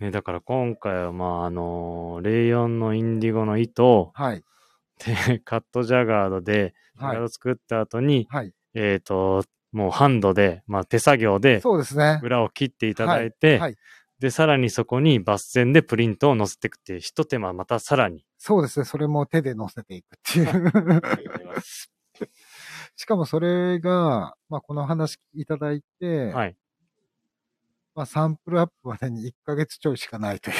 S1: ね、だから今回はまああのレイヨンのインディゴの糸
S3: はい。
S1: (laughs) でカットジャガードで、ジャ
S3: はい
S1: ガード作った後に、
S3: はい。
S1: えっ、ともうハンドで、まあ、手作業で
S3: そうですね。
S1: 裏を切っていただいて、
S3: はい。
S1: でさらにそこにバス線でプリントを乗せていくっていう一手間またさらに
S3: そうですね。それも手で乗せていくっていう。しかもそれが、まあ、この話いただいて、
S1: はい
S3: まあ、サンプルアップまでに1ヶ月ちょいしかないという。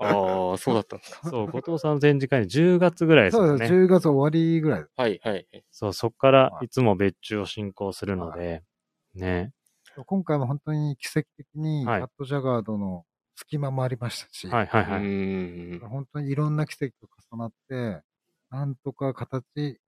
S2: ああ、そうだったんですか。
S1: そう後藤さんの展示会に10月ぐらいです
S3: (laughs) そ
S1: よ
S3: うです。
S1: ね
S3: 10月終わりぐらい。
S2: はい、はい。
S1: そうそこから
S3: はい
S1: いつも別注を進行するので、ね
S3: 今回も本当に奇跡的に、カ
S1: はい
S3: ットジャガードの隙間もありましたし、
S1: はいはいうはい、
S2: ん。
S3: 本当にいろんな奇跡が重なって、なんとか形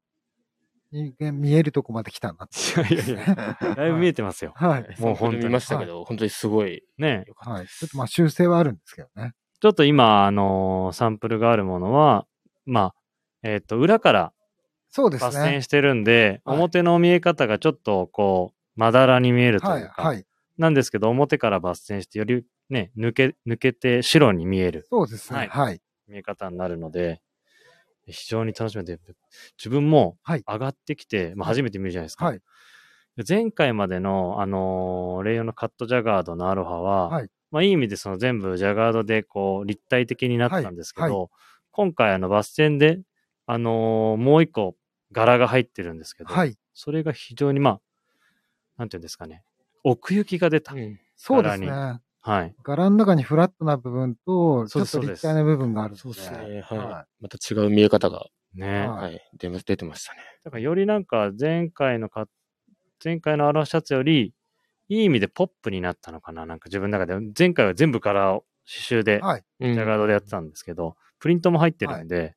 S3: に見えるとこまで来たなって
S1: いやいやい
S3: (laughs)
S1: やだいぶ見えてますよ
S3: はい。
S1: もう本当に
S2: 見ましたけど、本当にすごい。
S1: ね
S3: はい。ちょっとまあ修正はあるんですけどね。
S1: ちょっと今、あのーサンプルがあるものは、まあ、えっ、と、裏から
S3: そうです
S1: 抜
S3: ね
S1: 線。してるんで、
S3: はい
S1: 表の見え方がちょっと、こう、まだらに見えると
S3: はいい。
S1: うか、
S3: はい。
S1: なんですけど、表から抜線して、よりね、抜け、抜けて白に見える
S3: そうです
S1: は
S3: ね。
S1: い
S3: はい。
S1: 見え方になるので、非常に楽しめて、自分も
S3: はい
S1: 上がってきて、まあ初めて見るじゃないですか。
S3: はい。
S1: 前回までの、あのーレイヨンのカットジャガードのアロハは、
S3: はい
S1: まあ、いい意味でその全部ジャガードでこう立体的になったんですけど、
S3: はいは
S1: 今回あのバス線で、あのーもう一個柄が入ってるんですけど、
S3: はい。
S1: それが非常にまあ、なんていうんですかね、奥行きが出た。
S3: そうです
S1: 柄
S3: ね。
S1: はい。
S3: 柄の中にフラットな部分と、ち
S1: そうで
S3: ょっ
S1: す
S3: と立体な部分があるん
S2: そうですね。は。
S3: はい
S2: また違う見え方が、
S1: ね。
S3: はい
S2: はい、出ま出てましたね。
S1: だからよりなんか前回のか、前回のアロハシャツより、いい意味でポップになったのかな。なんか自分の中で、前回は全部柄を刺繍で
S3: い。はい。
S2: ジ
S1: ジャガードでやってたんですけど、プリントも入ってるんで、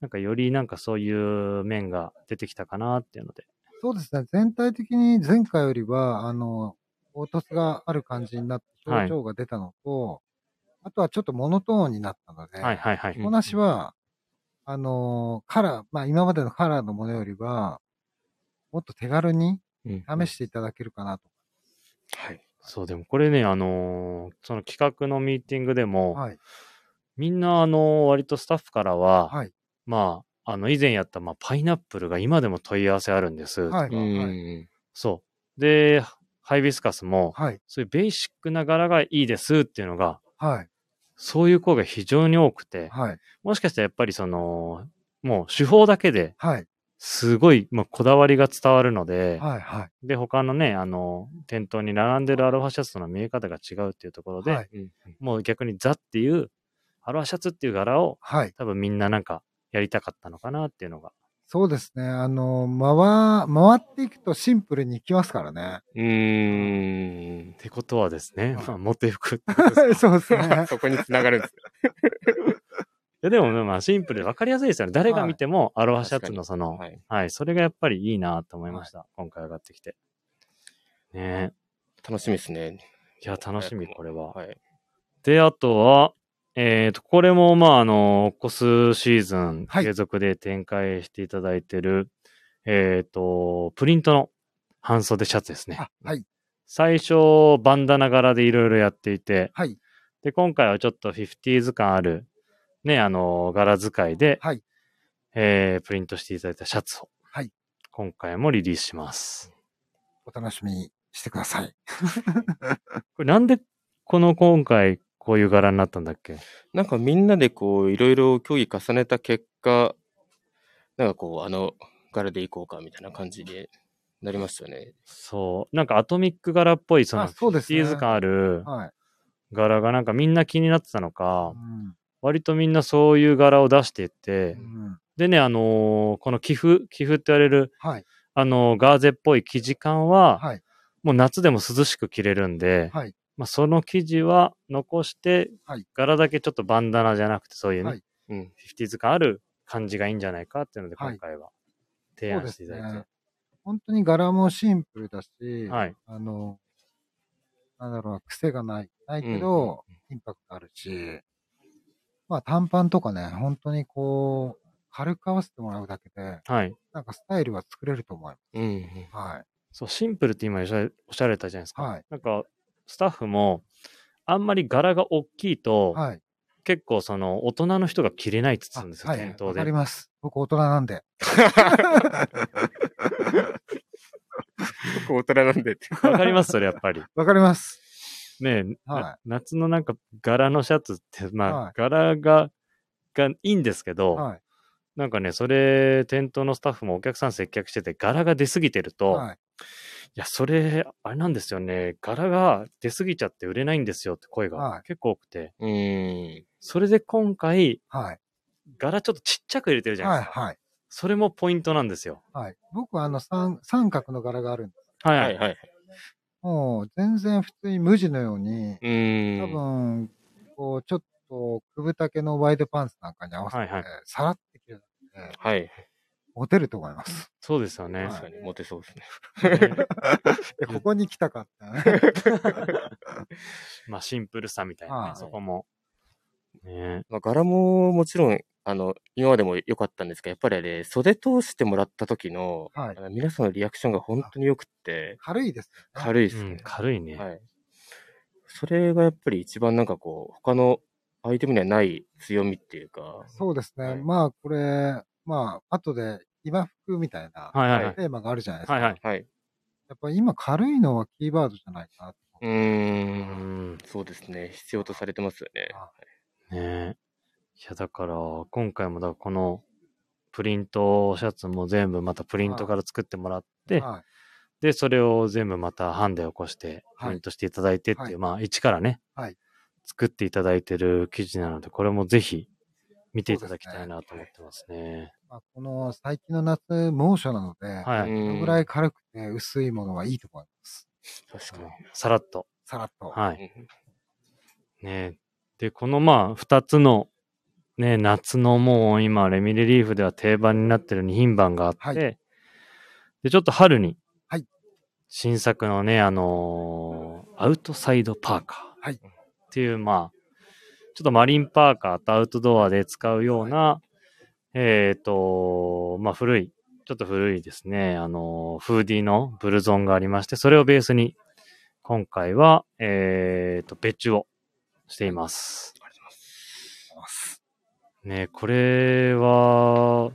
S1: なんかよりなんかそういう面が出てきたかなっていうので。
S3: そうですね。全体的に前回よりは、あの、凹凸がある感じになって、
S1: はい
S3: 表情が出たのと、あとはちょっとモノトーンになったので、
S1: はいはいはい。
S3: 着こなしは、あの、カラー、まあ今までのカラーのものよりは、もっと手軽に試していただけるかなと。
S2: はい。
S1: そう、でもこれね、あのーその企画のミーティングでも、
S3: はい。
S1: みんなあのー割とスタッフからは、
S3: はい。
S1: まあ、あの、以前やった、まあ、パイナップルが今でも問い合わせあるんです。
S3: はい。はい。
S1: そう。で、ハイビスカスも、
S3: はい。
S1: そういうベーシックな柄がいいですっていうのが、
S3: はい。
S1: そういう声が非常に多くて、
S3: はい。
S1: もしかしたらやっぱりその、もう手法だけで
S3: はい。
S1: すごい、まあ、こだわりが伝わるので、
S3: はい。はい。
S1: で、他のね、あの、店頭に並んでるアロハシャツとの見え方が違うっていうところで、
S3: はい。
S1: もう逆にザっていう、アロハシャツっていう柄を
S3: はい。
S1: 多分みんななんかやりたかったのかなっていうのが。
S3: そうですね。あの、回、回っていくとシンプルにいきますからね。
S2: うん。
S1: っ。てことはですね、
S3: はい
S1: まあ、モテ服って
S3: (laughs)
S1: ことですかい
S3: そうです
S1: (laughs)
S3: ね
S2: そこに繋がるんです (laughs)
S1: やでもね、まあシンプルで分かりやすいですよね。誰が見てもアロハシャツのその、
S2: は
S1: はい、
S2: い。
S1: それがやっぱりいいなと思いました。今回上がってきて。ね
S2: 楽しみですね。
S1: え。いや、楽しみ、これは。
S2: はい。
S1: で、あとは、えっ、と、これも、まあ、あの、コスシーズン
S3: はい
S1: 継続で展開していただいてる、えっ、と、プリントの半袖シャツですね。
S3: あはい。
S1: 最初、バンダナ柄でいろいろやっていて、
S3: はい。
S1: で、今回はちょっと 50s 感ある、ね、あの、柄使いで、
S3: はい
S1: えープリントしていただいたシャツを、
S3: はい
S1: 今回もリリースします。
S3: お楽しみにしてください。
S1: これなんで、この今回、こういう柄になったんだっけ
S2: なんかみんなでこう、いろいろ競技重ねた結果、なんかこう、あの柄でいこうかみたいな感じでなりましたよね。
S1: そう。なんかアトミック柄っぽい、その
S3: あ、そうですね
S1: シーズ感ある
S3: はい。
S1: 柄がなんかみんな気になってたのか
S3: う、ん。
S1: 割とみんなそういう柄を出していっ
S3: う
S1: て、
S3: ん
S1: でね、あのーこの寄付、寄付って言われる、
S3: はい。
S1: あのーガーゼっぽい生地感は、
S3: はい。
S1: もう夏でも涼しく着れるんで、
S3: はい。
S1: まあ、その生地は残して
S3: はい、
S1: 柄だけちょっとバンダナじゃなくて、そういうね、
S3: はい
S2: うん。
S1: 50s 感ある感じがいいんじゃないかっていうので、今回は提
S3: そう
S1: 案
S3: で
S1: して
S3: す
S1: いただいて。
S3: ね。本当に柄もシンプルだし、
S1: はい。
S3: あの、なんだろうな、癖がない。ないけど、インパクトあるし、まあ短パンとかね、本当にこう、軽く合わせてもらうだけで、
S1: はい。
S3: なんかスタイルは作れると思いま
S2: うんうん。
S3: す。はい。
S1: そう、シンプルって今おっしゃおっしゃられたじゃないですか。
S3: はい
S1: なんか、スタッフも、あんまり柄が大きいと、
S3: はい。
S1: 結構その、大人の人が着れないって言って
S3: あ
S1: たんですよ、
S3: は
S1: 店
S3: い。
S1: 頭
S3: わかり
S1: で。
S3: ます。僕大人なんで。
S2: 僕大人なんでって。
S1: わかります、それやっぱり。
S3: わかります。
S1: ねえ、な
S3: は
S1: 夏のなんか柄のシャツって、まあ、
S3: はい
S1: 柄が、がいいんですけど、
S3: は
S1: なんかね、それ、店頭のスタッフもお客さん接客してて、柄が出すぎてる
S3: い。
S1: と、い、
S3: はい。
S1: や、それ、あれなんですよね、柄が出すぎちゃって売れないんですよって声
S3: は
S1: が
S3: い
S1: 結構多くて、
S2: うん。
S1: それで今回、
S3: はい。
S1: 柄ちょっとちっちゃく入れてるじゃない
S3: は
S1: で
S3: い。
S1: すか。
S3: はい。
S1: それもポイントなんですよ。
S3: はい。僕はあの三、三角の柄があるんで、
S1: はい、
S2: はいはい。
S3: もう全然普通に無地のように、
S2: うん。
S3: 多分、こう、ちょっと、くぶ丈のワイドパンツなんかに合わせて、
S1: はいはい
S3: さらって着るだけで、
S2: はい。
S3: モテると思います。
S1: そうですよね。
S2: 確かに、モテそうですね。
S1: ね
S3: で、
S1: うん
S3: ここに来たかった、ね。
S1: まあ、シンプルさみたいなね、
S3: はい
S1: そこも。ね
S2: まあ、柄ももちろん、あの、今までも良かったんですけど、やっぱりあれ、袖通してもらった時の、
S3: (laughs) はい
S2: あ。の皆さんのリアクションが本当に良くって、
S3: 軽いですよね。
S2: 軽い
S1: え
S2: です
S1: うん
S2: ね、
S1: 軽いね。
S2: はい。それがやっぱり一番なんかこう、他のアイテムにはない強みっていうか、
S3: そうですね。
S2: はい
S3: まあ、これ、まあ、後で、今服みたいな、
S1: はいはいはい
S3: テーマがあるじゃないですか。
S1: はいはい。
S2: はい。
S3: やっぱ今軽いのはキーワードじゃないかなと思
S2: う
S1: う
S2: ーん。
S1: ん。ね
S2: そうですね。必要とされてますよね。
S1: え。いや、だから、今回もだからこの、プリントシャツも全部またプリントから作ってもらっ
S3: う
S1: て、
S3: はい。
S1: で、それを全部またハンデを起こして、
S3: はい
S1: プリントしていただいてっていう、
S3: はい
S1: まあ、一からね、
S3: はい
S1: 作っていただいてる記事なので、これもぜひ見ていただきたいなと思ってますね。
S3: まあ、この最近の夏、猛暑なので、
S1: はい。
S3: このぐらい軽くて薄いものはいいと思います。
S2: 確か
S1: さらっと。
S3: さらっと。
S1: はい。
S2: に。
S1: ねで、このまあ、二つの、ね、夏のもう今、レミレリーフでは定番になってる2品番があって、
S3: はい
S1: で、ちょっと春に、
S3: はい
S1: 新作のね、あのーアウトサイドパーカー。
S3: はい
S1: っていう、まあ、ちょっとマリンパーカーとアウトドアで使うような、えっ、と、まあ、古い、ちょっと古いですね、あのーフーディーのブルゾンがありまして、それをベースに、今回は、えっ、と、別注をしています。ねこれは、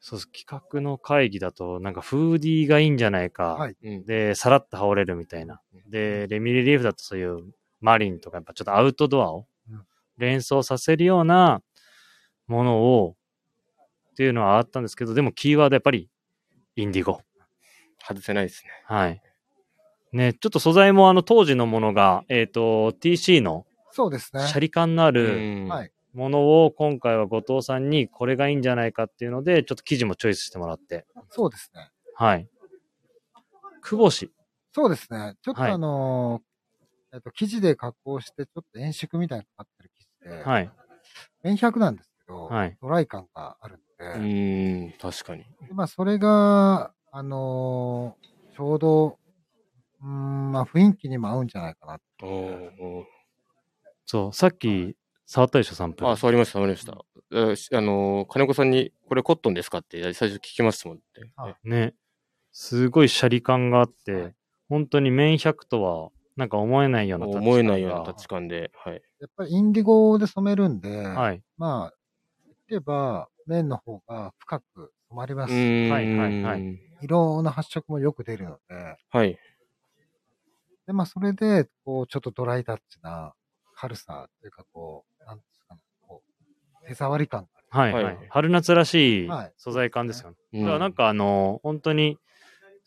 S1: そうです。企画の会議だと、なんかフーディーがいいんじゃないか。
S3: はい
S2: うん。
S1: で、さらっと羽織れるみたいな。で、レミレリーフだとそういうマリンとか、やっぱちょっとアウトドアを
S3: うん
S1: 連想させるようなものを、っていうのはあったんですけど、でもキーワードやっぱり、インディゴ。
S2: 外せないですね。
S1: はい。ね、ちょっと素材もあの当時のものが、えっ、と、TC の
S3: そうですね。
S1: シャリ感のある、
S2: うん
S3: はい。
S1: ものを今回は後藤さんにこれがいいんじゃないかっていうので、ちょっと記事もチョイスしてもらって。
S3: そうですね。
S1: はい。久保氏。
S3: そうですね。ちょっと
S1: はい
S3: あのーえっと、記事で加工して、ちょっと円縮みたいにかかってる記事で、
S1: はい。
S3: 円100なんですけど、
S1: はい
S3: ドライ感がある
S2: うん
S3: で、
S2: ん、確かに。
S3: でまあ、それが、あのーちょうど、うーん、まあ、雰囲気にも合うんじゃないかな。
S2: おーお
S1: そう、さっき触ったでしょ、サンプ
S2: ー
S1: ル。
S2: あ、触りました、触りました。えしあのー、金子さんに、これコットンですかって最初聞きましたもんね。
S3: はい
S2: ね
S1: ね。すごいシャリ感があって、
S3: はい
S1: 本当に面100とは、なんか思えないような
S2: 思えないようなタ
S1: タッ
S2: ッチ感で。はい。
S3: やっぱりインディゴで染めるんで、
S1: チ感がはい。
S3: まあ、言ってば、面の方が深く染まります。
S2: うん
S1: はいはいはい。
S3: 色の発色もよく出るので、
S2: はい。
S3: で、まあ、それで、こう、ちょっとドライタッチな軽さというか、こう、なんですかね、こう、手触り感がある。
S1: はい、はい、
S2: はい
S1: 春夏らしい
S3: はい
S1: 素材感ですよね。
S2: う
S1: だからなん、かあの、本当に、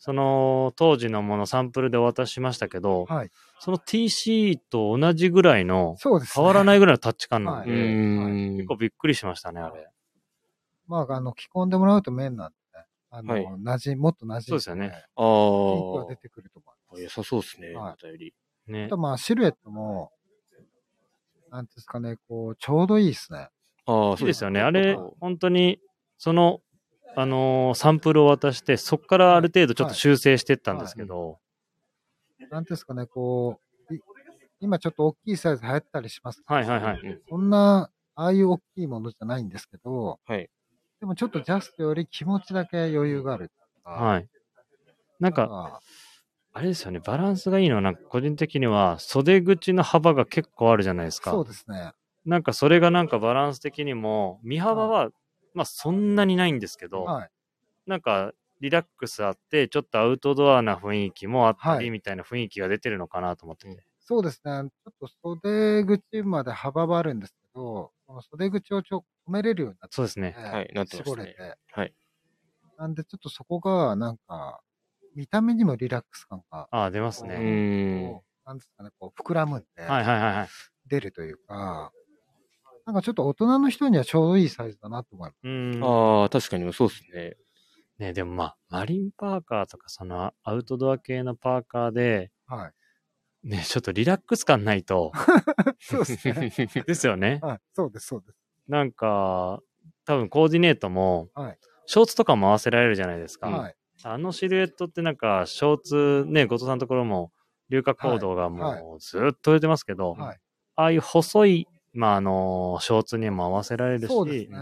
S1: その当時のものサンプルでお渡ししましたけど、
S3: はい。
S1: その TC と同じぐらいの
S3: そうです、ね。。
S1: 変わらないいぐらいのタッチ感なんで、
S2: う
S3: はい
S2: ん。
S1: 結構びっくりしましたね、あれ。
S3: まあ、あの、着込んでもらうと面なんでね、あの、
S2: はい
S3: 馴染み、もっと馴染んで、
S1: そうですよね。
S2: あ
S3: ピンクが
S2: ー
S3: 出てくると思います。
S2: 良さそうですね、
S3: はい
S2: またより。
S3: あ
S1: ね
S3: と、。まあ、シルエットも、なんていうんですかね、こう、ちょうどいいですね。
S2: ああ、
S1: いいですよね。
S2: そう
S1: あれ、本当に、その、あのーサンプルを渡して、そこからある程度ちょっと修正していったんですけど、
S3: なんていうんですかね、こう、い今ちょっと大きいサイズ流行ったりします。
S1: はいはいはい。
S2: うん
S3: そんな、ああいう大きいものじゃないんですけど、
S2: はい。
S3: でもちょっとジャストより気持ちだけ余裕がある。
S1: はい。なんか、
S3: か、
S1: あれですよね、バランスがいいのは、なんか個人的には、袖口の幅が結構あるじゃないです
S3: そう
S1: か。
S3: ですね。
S1: なんかそれがなんかバランス的にも、身幅は、まあそんなにないんですけど、
S3: はい。
S1: なんかリラックスあって、ちょっとアウトドアな雰囲気もあった
S3: は
S1: り、
S3: い
S1: みたいな雰囲気が出てるのかなと思ってて。
S3: そうですね。ちょっと袖口まで幅はあるんですけど、この袖口をちょ止めれるようになって
S1: そうですね。
S2: はいなってましたね
S3: 絞れて。
S2: はい。
S3: なんでちょっとそこが、なんか、見た目にもリラックス感が、
S1: ああ、出ます
S2: う
S1: ね。
S2: ーん
S3: こ。うなんですかね、こう、膨らむんで。
S1: はいはいはいはい。
S3: 出るというか、なんかちょっと大人の人にはちょうどいいサイズだなと思います。
S1: うん。
S2: ああ、確かにそうですね。
S1: ね、でもまあ、マリンパーカーとか、そのアウトドア系のパーカーで、
S3: はい。
S1: ね、ちょっとリラックス感ない
S3: (laughs)
S1: と、
S3: そうですね。
S1: ですよね。
S3: (laughs) はい。そうです、そうです。
S1: なんか、多分コーディネートも
S3: はい、
S1: ショーツとかも合わせられるじゃないですか。
S3: はい。
S1: あのシルエットってなんか、ショーツ、ね、後藤さんのところも、硫化行動が
S3: はい
S1: もうずっと売れてますけど、
S3: はい
S1: ああいう細い、まあ、あの、ショーツにも合わせられるし、
S3: そうですね。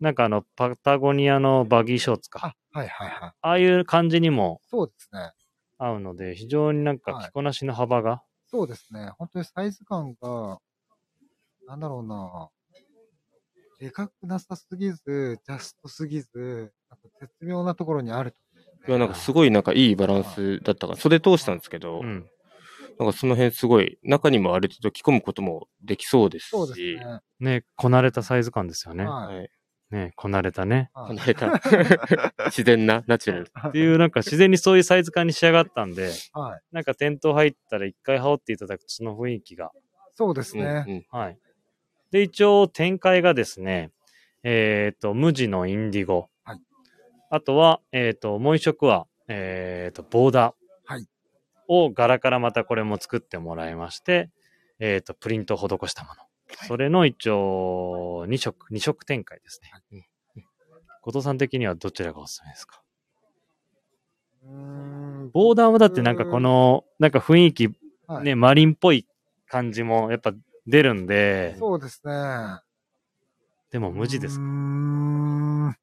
S1: なんかあの、パタゴニアのバギーショーツか、
S3: あ、はいはいはい。
S1: ああいう感じにも
S3: そうですね。
S1: 合うので、非常になんか
S3: はい
S1: 着こなしの幅が、
S3: そうですね。本当にサイズ感が、なんだろうな。でかくなさすぎず、ジャストすぎず、なんか絶妙なところにある
S2: (laughs)
S3: と。
S2: いや、なんかすごいなんかいいバランスだったから、袖通したんですけど、
S1: うん、
S2: なんかその辺すごい、中にもある程度着込むこともできそうですし、
S3: そうですね。
S1: ね、こなれたサイズ感ですよね。
S3: はい。
S2: はい。
S1: ね、こなれたね。
S3: は
S2: 離れた、 (laughs) 自然な、ナチュラル。
S1: っていう、なんか自然にそういうサイズ感に仕上がったんで、
S3: はい。
S1: なんか店頭入ったら一回羽織っていただくとその雰囲気が。
S3: そうですね。
S2: うん
S1: はい。で、一応展開がですね、えっ、と、無地のインディゴ。
S3: はい
S1: あとは、えっ、と、もう一色は、えっ、と、ボーダー。
S3: はい
S1: を柄からまたこれも作ってもらいまして、えっ、と、プリントを施したもの。それの一応、2色、2色展開ですね。後藤さん的にはどちらがおすすめですか
S3: うーん
S1: ボーダーもだってなんかこの、なんか雰囲気、
S3: はい
S1: ね、マリンっぽい感じもやっぱ出るんで、
S3: そうですね。
S1: でも無地です
S3: う
S1: か
S3: ーん。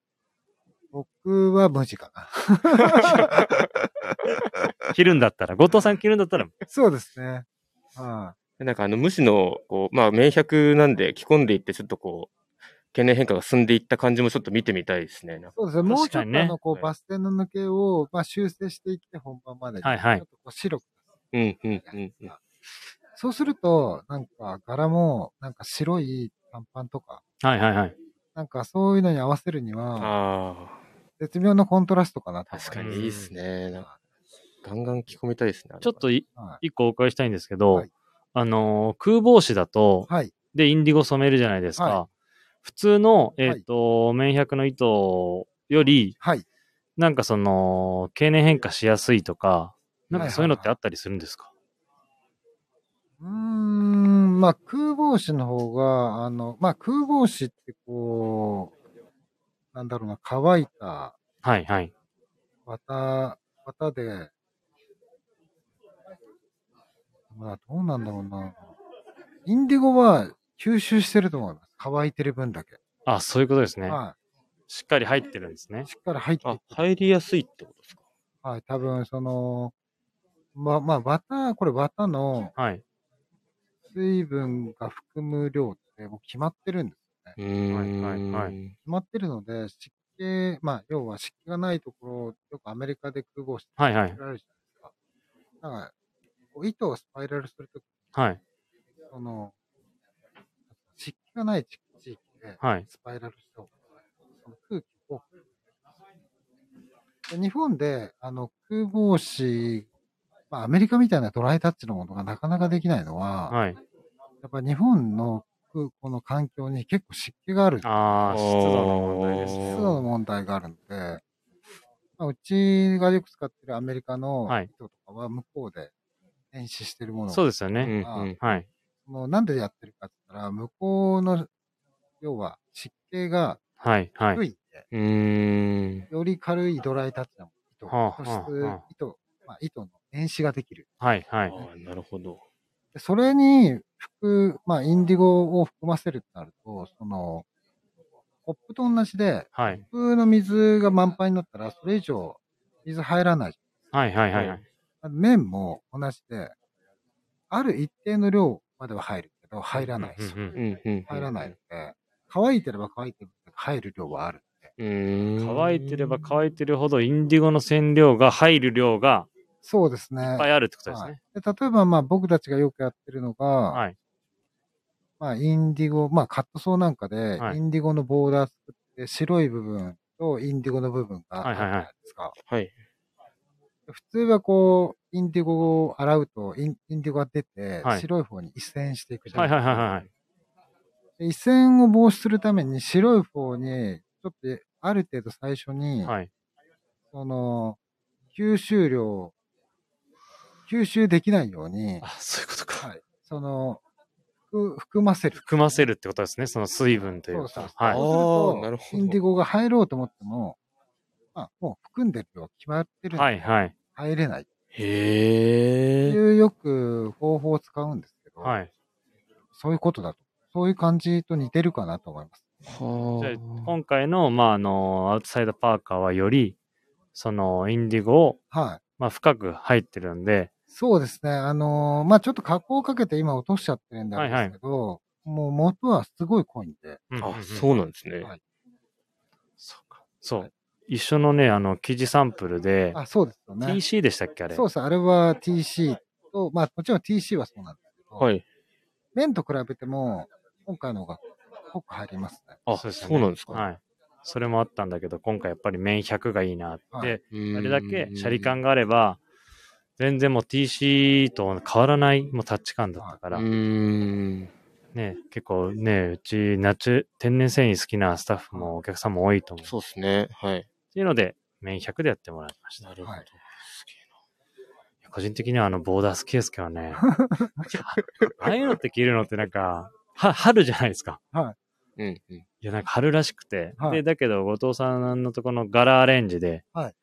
S3: 僕は無地かな。 (laughs)
S1: 着るんだったら、後藤さん着るんだったら、
S3: そうですね。は
S2: うん。なんかあの、無視の、こう、まあ、明白なんで、着込んでいって、ちょっとこう、懸念変化が進んでいった感じもちょっと見てみたいですね。なん
S3: い。
S2: か
S3: そうですね。もう
S1: 確
S3: ちょ
S1: か
S3: っ
S1: に
S3: と
S1: ね
S3: あの、こ、
S2: はいう
S3: バス停の抜けを、まあ、修正していって本番まで。
S1: はいはい
S3: ちょっとこう白く。
S2: うん、うん、うん。うん
S3: そうすると、なんか柄も、なんか白い短パンとか、
S1: はいはいはい。
S3: なんかそういうのに合わせるには、
S2: あ
S3: 絶妙なコントラストかなと
S2: あ、
S3: 思います
S2: 確かにいいですね。なんかガンガン着込みたいですね。
S1: ちょっとい
S3: は
S1: 一個お伺いしたいんですけど、
S3: はい
S1: あのー空帽子だと、
S3: い。はい。
S1: で、インディゴ染めるじゃないですか。
S3: は
S1: 普通の、えっ、
S3: はい
S1: と、綿100の糸より、
S3: はい。
S1: なんかその、経年変化しやすいとか、なん
S3: はいはいは
S1: か
S3: い
S1: そういうのってあったりするんですか、
S3: うーん、まあ空帽子の方が、あの、まあ空帽子ってこう、なんだろうな、乾いた
S1: はい、はい、
S3: 綿、綿で、まあどうなんだろうな。インディゴは吸収してると思います。乾いてる分だけ。
S1: あ、そういうことですね。
S3: は
S1: しっかり入ってるんですね
S3: い。。しっかり入って
S2: あ
S3: る、。
S2: 入りやすいってことですか
S3: はい。多分、その、まあ、まあ、綿、これ綿の
S1: はい。
S3: 水分が含む量ってもう決まってるんです
S2: うーん。
S1: はいはいはい
S3: 決まってるので、湿気、まあ、要は湿気がないところ、よくアメリカで空母して
S1: はい、はい
S3: 作、られるじゃないですか。だから、こう糸をスパイラルするとき、
S1: はい、
S3: その、湿気がない地地域で、
S1: はい。
S3: スパイラルした方がその空気を。で日本で、あの、空母紙、まあ、アメリカみたいなドライタッチのものがなかなかできないのは、
S1: はい。
S3: やっぱ日本の空この環境に結構湿気がある。
S1: ああ、湿度の問題です
S3: 湿
S1: ね。
S3: 度の問題があるので、まあ、うちがよく使ってるアメリカの
S1: はい
S3: 人とかは向こうで演習してるものを、
S1: そうですよ
S2: う
S1: ね。
S2: ん、うん。
S1: はい。
S3: もうなんでやってるかって言ったら、向こうの、要は湿気が
S1: はい、はい。
S3: 低
S1: う
S3: いんで、
S2: うーん。
S3: より軽いドライタッチな糸、
S1: はあ
S3: 糸質
S1: はあはあ
S3: 糸、まあ、糸の電子ができる。
S1: はい、は
S2: あ
S1: い。
S2: あ、なるほど。
S3: でそれに、服、まあ、インディゴを含ませるとなると、その、コップと同じで、
S1: はい、
S3: コップの水が満杯になったら、それ以上、水入らない。
S1: はい、はい、はい。
S2: は
S1: はいい
S3: 麺も同じで、ある一定の量までは入るけど、入らない。
S1: うんうん
S2: うん、うん。
S3: 入らないので、乾いてれば乾いてるほど入る量はある。
S2: うーん。
S1: 乾いてれば乾いてるほど、インディゴの染料が入る量が
S3: そうですね。
S1: いっぱいあるってことです
S3: はい
S1: ね。
S3: で例えば、まあ、僕たちがよくやってるのが、
S1: はい、
S3: まあ、インディゴ、まあ、カットソーなんかで、
S1: はい
S3: インディゴのボーダー作って、白い部分とインディゴの部分が
S1: は
S3: ある
S1: い
S3: じゃ
S1: はいはい
S3: ないですか。
S2: はい。
S3: 普通はこう、インディゴを洗うと、インインディゴが出て、
S1: はい
S3: 白い方に移線していくじ
S1: はい
S3: ゃな
S1: い、
S3: です
S1: は
S3: か。
S1: い、はいはい。
S3: で移線を防止するために、白い方に、ちょっと、ある程度最初に、
S1: はい、
S3: その、吸収量を、吸収できないように、
S1: あ、そういうことか。
S3: はい、その、ふ含ませる。
S1: 含ませるってことですね、その水分という
S3: そうそう
S1: か
S3: そ。う
S1: はい。
S2: あー
S3: そ
S2: な
S3: う
S2: る
S3: す
S2: ほ
S3: ると、
S2: ど
S3: インディゴが入ろうと思っても、まあ、もう含んでる量決まってるんで、
S1: はい、はい、
S3: 入れないっ
S2: へ
S3: て
S2: え。
S3: いうよく方法を使うんですけど、
S1: はい。
S3: そういうことだと。そういう感じと似てるかなと思います。
S1: じゃあ
S2: は
S1: 今回の、まあ、あの、アウトサイドパーカーはより、その、インディゴを、
S3: はい。
S1: まあ、深く入ってるんで、
S3: そうですね。あのーまあちょっと加工をかけて今落としちゃってるんであれですけど、もう元はすごい濃いんで、
S1: うんうんうん
S2: あ。あ、そうなんですね。
S3: はい
S1: そうか。そ
S3: は
S1: う。一緒のね、あの、生地サンプルで、
S3: あ、そうですよね。
S1: TC でしたっけ、あれ。
S3: そうです。あれは TC と、まあもちろん TC はそうなんですけど、
S2: はい。
S3: 麺と比べても、今回の方が濃く入りますね。
S2: あ、
S1: そうですよ
S2: そ
S1: ね
S2: うなんですか。
S1: はい。それもあったんだけど、今回やっぱり面100がいいなって、
S3: はい
S1: で
S2: あ
S1: あれだけシャリ感があれば、全然もう TC と変わらないもうタッチ感だったから、
S2: うーん。
S1: ね、結構ね、うちナチュ、天然繊維好きなスタッフもお客さんも多いと思う。
S2: そうですね。はい。
S1: っていうので、面100でやってもらいました。
S2: なるほど。
S3: はい
S1: 個人的にはあのボーダー好きですけど
S2: (laughs)
S1: ね。ああいうのって着るのってなんか、は、春じゃないですか。
S2: うん、うん。
S1: いや、なんか春らしくて。
S3: はい
S1: で、だけど、後藤さんのとこの柄アレンジで、
S3: はい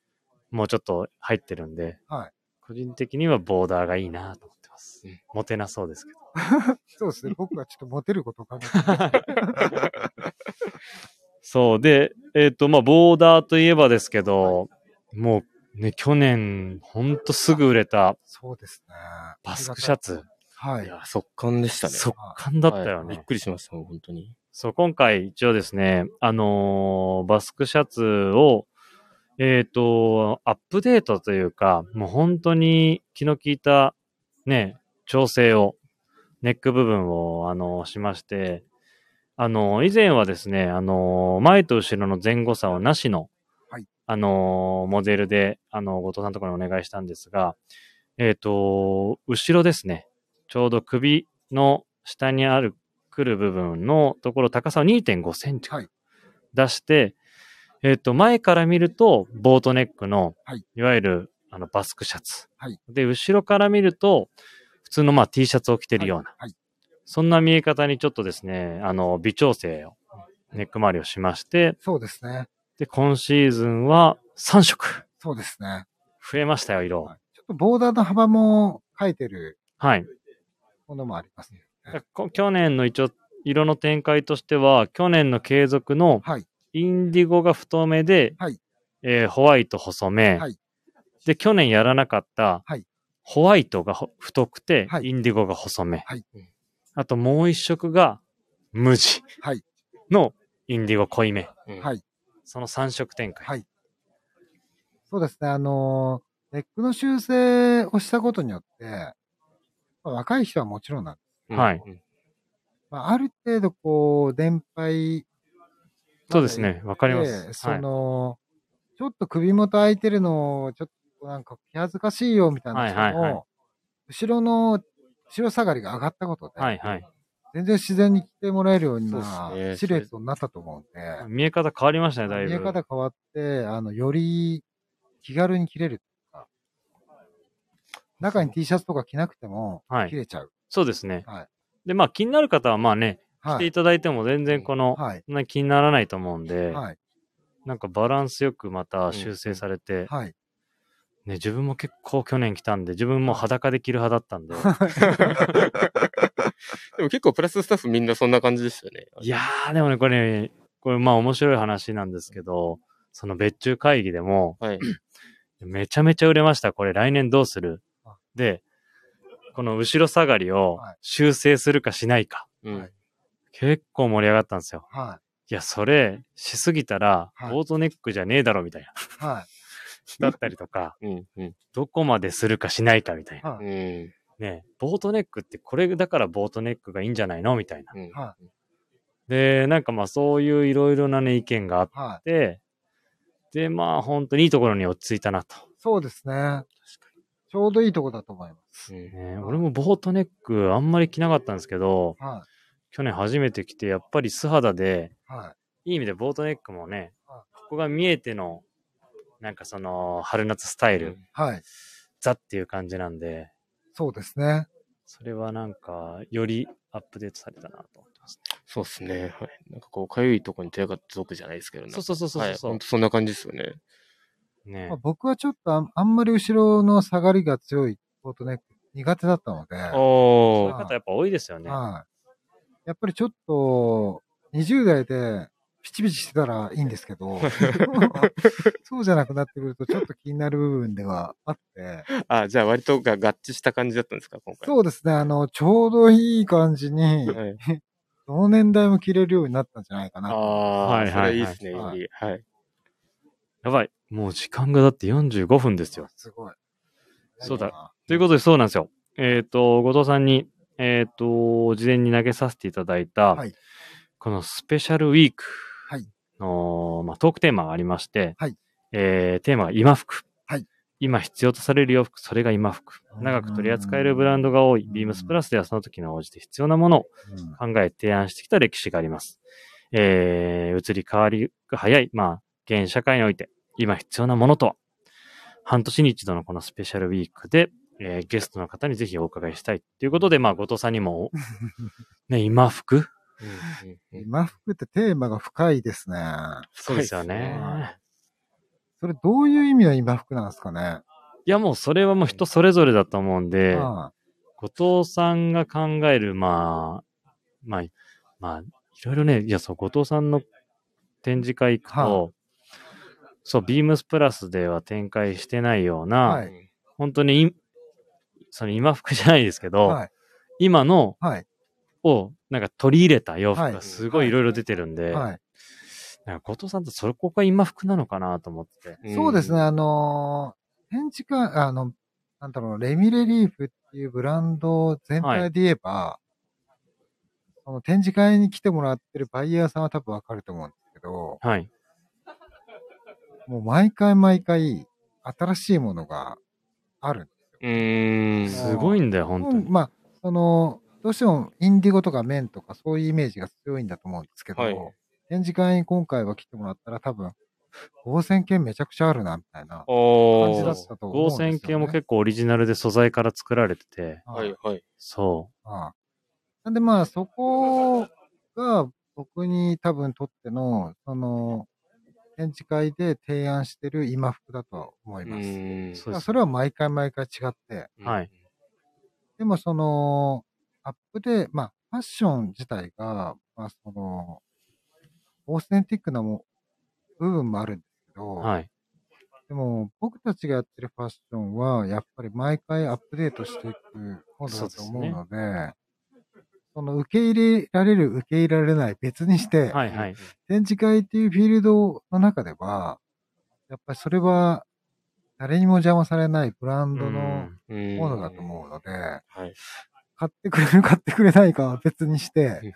S1: もうちょっと入ってるんで、
S3: はい
S1: 個人的にはボーダーがいいなと思ってます
S2: うん。
S1: モテなそうですけど。
S3: そう
S1: (laughs)
S3: ですね。僕はちょっとモテることを考えてます。
S1: そう。で、えっ、と、まあ、ボーダーといえばですけど、もう、ね、去年、ほんとすぐ売れた
S3: そうですね。
S1: バスクシャ。ツ、
S3: はいい。
S2: や、速乾でしたね。
S1: 速乾だったよね。
S2: はいびっくりしました、本当に。
S1: そう、今回一応ですね、あのーバスクシャツを、えっ、と、アップデートというか、もう本当に気の利いた、ね、調整を、ネック部分を、あのーしまして、あのー以前はですね、あのー前と後ろの前後差をなしの、
S3: はい
S1: あのーモデルで、あのー後藤さんのところにお願いしたんですが、えっ、と、後ろですね、ちょうど首の下にある来る部分のところ、高さを2.5センチ
S3: はい
S1: 出して、えっ、と、前から見ると、ボートネックの、
S3: はい
S1: いわゆる、あの、バスクシャツ。
S3: はい
S1: で、後ろから見ると、普通の、まあ、T シャツを着てるような、
S3: はいはい
S1: そんな見え方にちょっとですね、あの、微調整を、ネック周りをしまして、
S3: そうですね。
S1: で、今シーズンは3色。
S3: そうですね。
S1: 増えましたよ、色。
S3: はいちょっとボーダーの幅も書いてる
S1: はい。
S3: ものもありますね。
S1: こ去年の一応、色の展開としては、去年の継続の、
S3: はい。
S1: インディゴが太めで、
S3: はい
S1: えーホワイト細め、
S3: はい
S1: で、去年やらなかった、
S3: はい
S1: ホワイトがほ太くて、
S3: はい
S1: インディゴが細め。
S3: はい
S1: あともう一色が、無地
S3: はい
S1: のインディゴ濃いめ。
S2: うん
S3: はい。
S1: その3色展開。
S3: はいそうですね。あのーネックの修正をしたことによって、まあ若い人はもちろんなんです。
S1: はい。
S2: うん
S3: まあ、ある程度、こう、電配。
S1: そうですね。わかります。
S3: で
S1: は
S3: そ
S1: い
S3: の、ちょっと首元開いてるのを、ちょっとなんか気恥ずかしいよみたいな人も、
S1: はいはいはい
S3: 後ろの、後ろ下がりが上がったことで、
S1: はいはい。
S3: 全然自然に着てもらえるよう
S2: そ
S3: な
S2: うですね
S3: シルエットになったと思うんで、
S1: 見え方変わりましたね、だいぶ。
S3: 見え方変わって、あの、より気軽に着れるというか、中に T シャツとか着なくても
S1: は
S3: 着
S1: い。
S3: れちゃう。
S1: そうですね。
S3: はい
S1: で、まあ気になる方はまあね、
S3: は
S1: してい
S3: い。
S1: ただいても全然この、
S3: はい。
S1: そんな気にならないと思うんで、
S3: はい。
S1: なんかバランスよくまた修正されて、
S3: はい。
S1: ね、自分も結構去年来たんで、自分も裸で着る派だった
S3: (laughs)
S1: んで、
S2: でも結構プラススタッフみんなそんな感じでしたよね。
S1: いやー、でもね、これ、ね、これまあ面白い話なんですけど、その別注会議でも、
S2: はい。
S1: めちゃめちゃ売れました。これ来年どうする
S3: あ
S1: で、この後ろ下がりを
S3: はい
S1: 修正するかしないか。
S2: うん。
S3: はい
S1: 結構盛り上がったんですよ。
S3: はい
S1: や、それ、しすぎたら、
S3: はい
S1: ボートネックじゃねえだろ、みたいな。
S3: い。は
S1: だったりとか、
S2: うん。うん。
S1: どこまでするかしないか、みたいな。
S3: い。は
S2: う
S3: い。
S2: ん。
S1: ねえボートネックってこれだからボートネックがいいんじゃないのみたいな。
S2: うん。
S3: は
S1: で、なんかまあそういういろいろなね、意見があっ
S3: はい。
S1: て、で、まあ本当にいいところに落ち着いたなと。
S3: そうですね。ちょうどいいとこだと思いま
S2: うん
S1: ねえ俺もボートネックあんまり着なかったんですけど、
S3: す。は
S1: 去年初めて着て、やっぱり素肌で、
S3: い。はい。
S1: いい意味でボートネックもね、
S3: は
S1: ここが見えての、なんかその、春夏スタイル、
S3: はい。
S1: ザっていう感じなんで、
S3: そうですね。
S1: それはなんか、よりアップデートされたなと思ってます、
S2: そうっすね。はい。なんかこう、かゆいとこに手が続くじゃないですけどね。
S1: ね。そうそうそうそうそう。
S2: はい。ほんとそんな感じですよね。
S1: ね
S3: まあ、僕はちょっとあんあんまり後ろの下がりが強いボートネック苦手だったので、
S2: あ
S3: は
S1: そういう
S2: あ。
S1: 方やっぱ多いですよ
S3: い。
S1: ね。
S3: やっぱりちょっと、20代でピチピチしてたらいいんですけど、
S1: (laughs)
S3: そうじゃなくなってくるとちょっと気になる部分ではあって、
S2: あ、じゃあ割とが合致した感じだったんですか、今回。
S3: そうですね、あの、ちょうどいい感じに、
S2: はい。
S3: どの年代も着れるようになったんじゃないか
S2: あ
S3: な。
S2: あ、
S1: は
S2: はい
S1: はい
S2: いそ
S1: はい
S2: れいいですね、より。はい。
S1: やばい。もう時間がだって45分ですよ。
S3: すごい。
S1: そうだ。ということで、そうなんですよ。えっ、と、後藤さんに、えっ、と、事前に投げさせていただいた、
S3: はい
S1: このスペシャルウィーク
S3: はい
S1: の、まあ、トークテーマがありまして、
S3: はい
S1: えーテーマが今服。
S3: はい
S1: 今必要とされる洋服、それが今服。長く取り扱えるブランドが多い、
S3: うん
S1: ビームスプラスではその時の応じて必要なものを
S3: うん
S1: 考え提案してきた歴史があります。えー、移り変わりが早い、まあ、現社会において今必要なものとは、半年に一度のこのスペシャルウィークで、えーゲストの方にぜひお伺いしたいということで、まあ、後藤さんに (laughs) も、ね、今服
S2: うんうんうん
S3: 今服ってテーマが深いですね。
S1: そうですよ
S2: 深い
S1: ね
S2: っ。
S3: それどういう意味の今服なんですかね。
S1: いや、もうそれはもう人それぞれだと思うんで、
S3: あ
S1: 後藤さんが考える、まあ、まあ、まあ、いろいろね、いや、そう、後藤さんの展示会行くと、そう、ビームスプラスでは展開してないような、
S3: はい
S1: 本当にい、その今服じゃないですけ
S3: あ
S1: ど、
S3: はい。
S1: 今の
S3: はい。
S1: をなんか取り入れた洋服
S3: は
S1: が
S3: い
S1: すごいいろいろ出てるんで、
S3: はい。
S1: なんか後藤さんってそこが今服なのかなと思って。
S2: ん
S3: そうですね、。あのー、展示会、あの、なんだろう、レミレリーフっていうブランド全体で言えば、その展示会に来てもらってるバイヤーさんは多分わかると思うんですけど、
S1: はい。
S3: もう毎回毎回新しいものがある。
S2: うーん。
S1: すごいんだよ、本当
S3: うん
S1: に。
S3: まあ、その、どうしてもインディゴとかメンとかそういうイメージが強いんだと思うんですけど、
S2: はい
S3: 展示会に今回は来てもらったら多分、合成券めちゃくちゃあるな、みたいな感じ
S2: お
S3: だったと思うん
S1: 合
S3: ですよ、ね。
S1: 成系も結構オリジナルで素材から作られてて、
S2: ー。はいはい。
S1: そ
S3: ああなんでまあそこが僕に多分とっての、その、展示会で提案してる今服だとは思いうます。だ
S2: ーん。
S1: そう
S3: か
S1: で
S3: ら
S1: す
S3: それは毎回毎回違って、
S1: はい。
S3: でもその、アップで、まあファッション自体が、まあその、オーセンティックなも部分もあるんですけど、
S1: う。はい。
S3: でも僕たちがやってるファッションは、やっぱり毎回アップデートしていくものだと思うので、その受け入れられる、受け入れられない別にして、
S1: はいはい。
S3: 展示会っていうフィールドの中では、やっぱりそれは誰にも邪魔されないブランドの
S2: うん。
S3: ものだと思うので、
S2: はい。
S3: 買ってくれる、買ってくれないかは別にし
S2: うん
S3: て、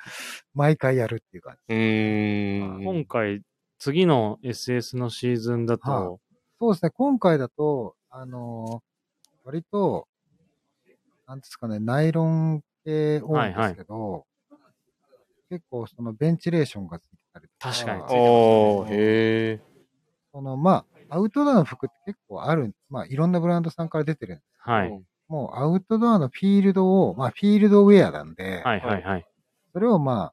S3: 毎回やるっていう感
S2: う
S3: じ。
S2: ーん。
S1: 今回、次の SS のシーズンだ
S3: は
S1: と、
S3: そうですね、今回だと、あのー割と、なんですかね、ナイロン系多いんですけど、結構そのベンチレーションがついてたりとか。
S1: 確かについて
S2: おー、へえ。
S3: その、まあ、アウトドアの服って結構ある、まあ、いろんなブランドさんから出てる。
S1: はい。
S3: もうアウトドアのフィールドを、まあ、フィールドウェアなんで、
S1: はいはいはい。
S3: それをまあ、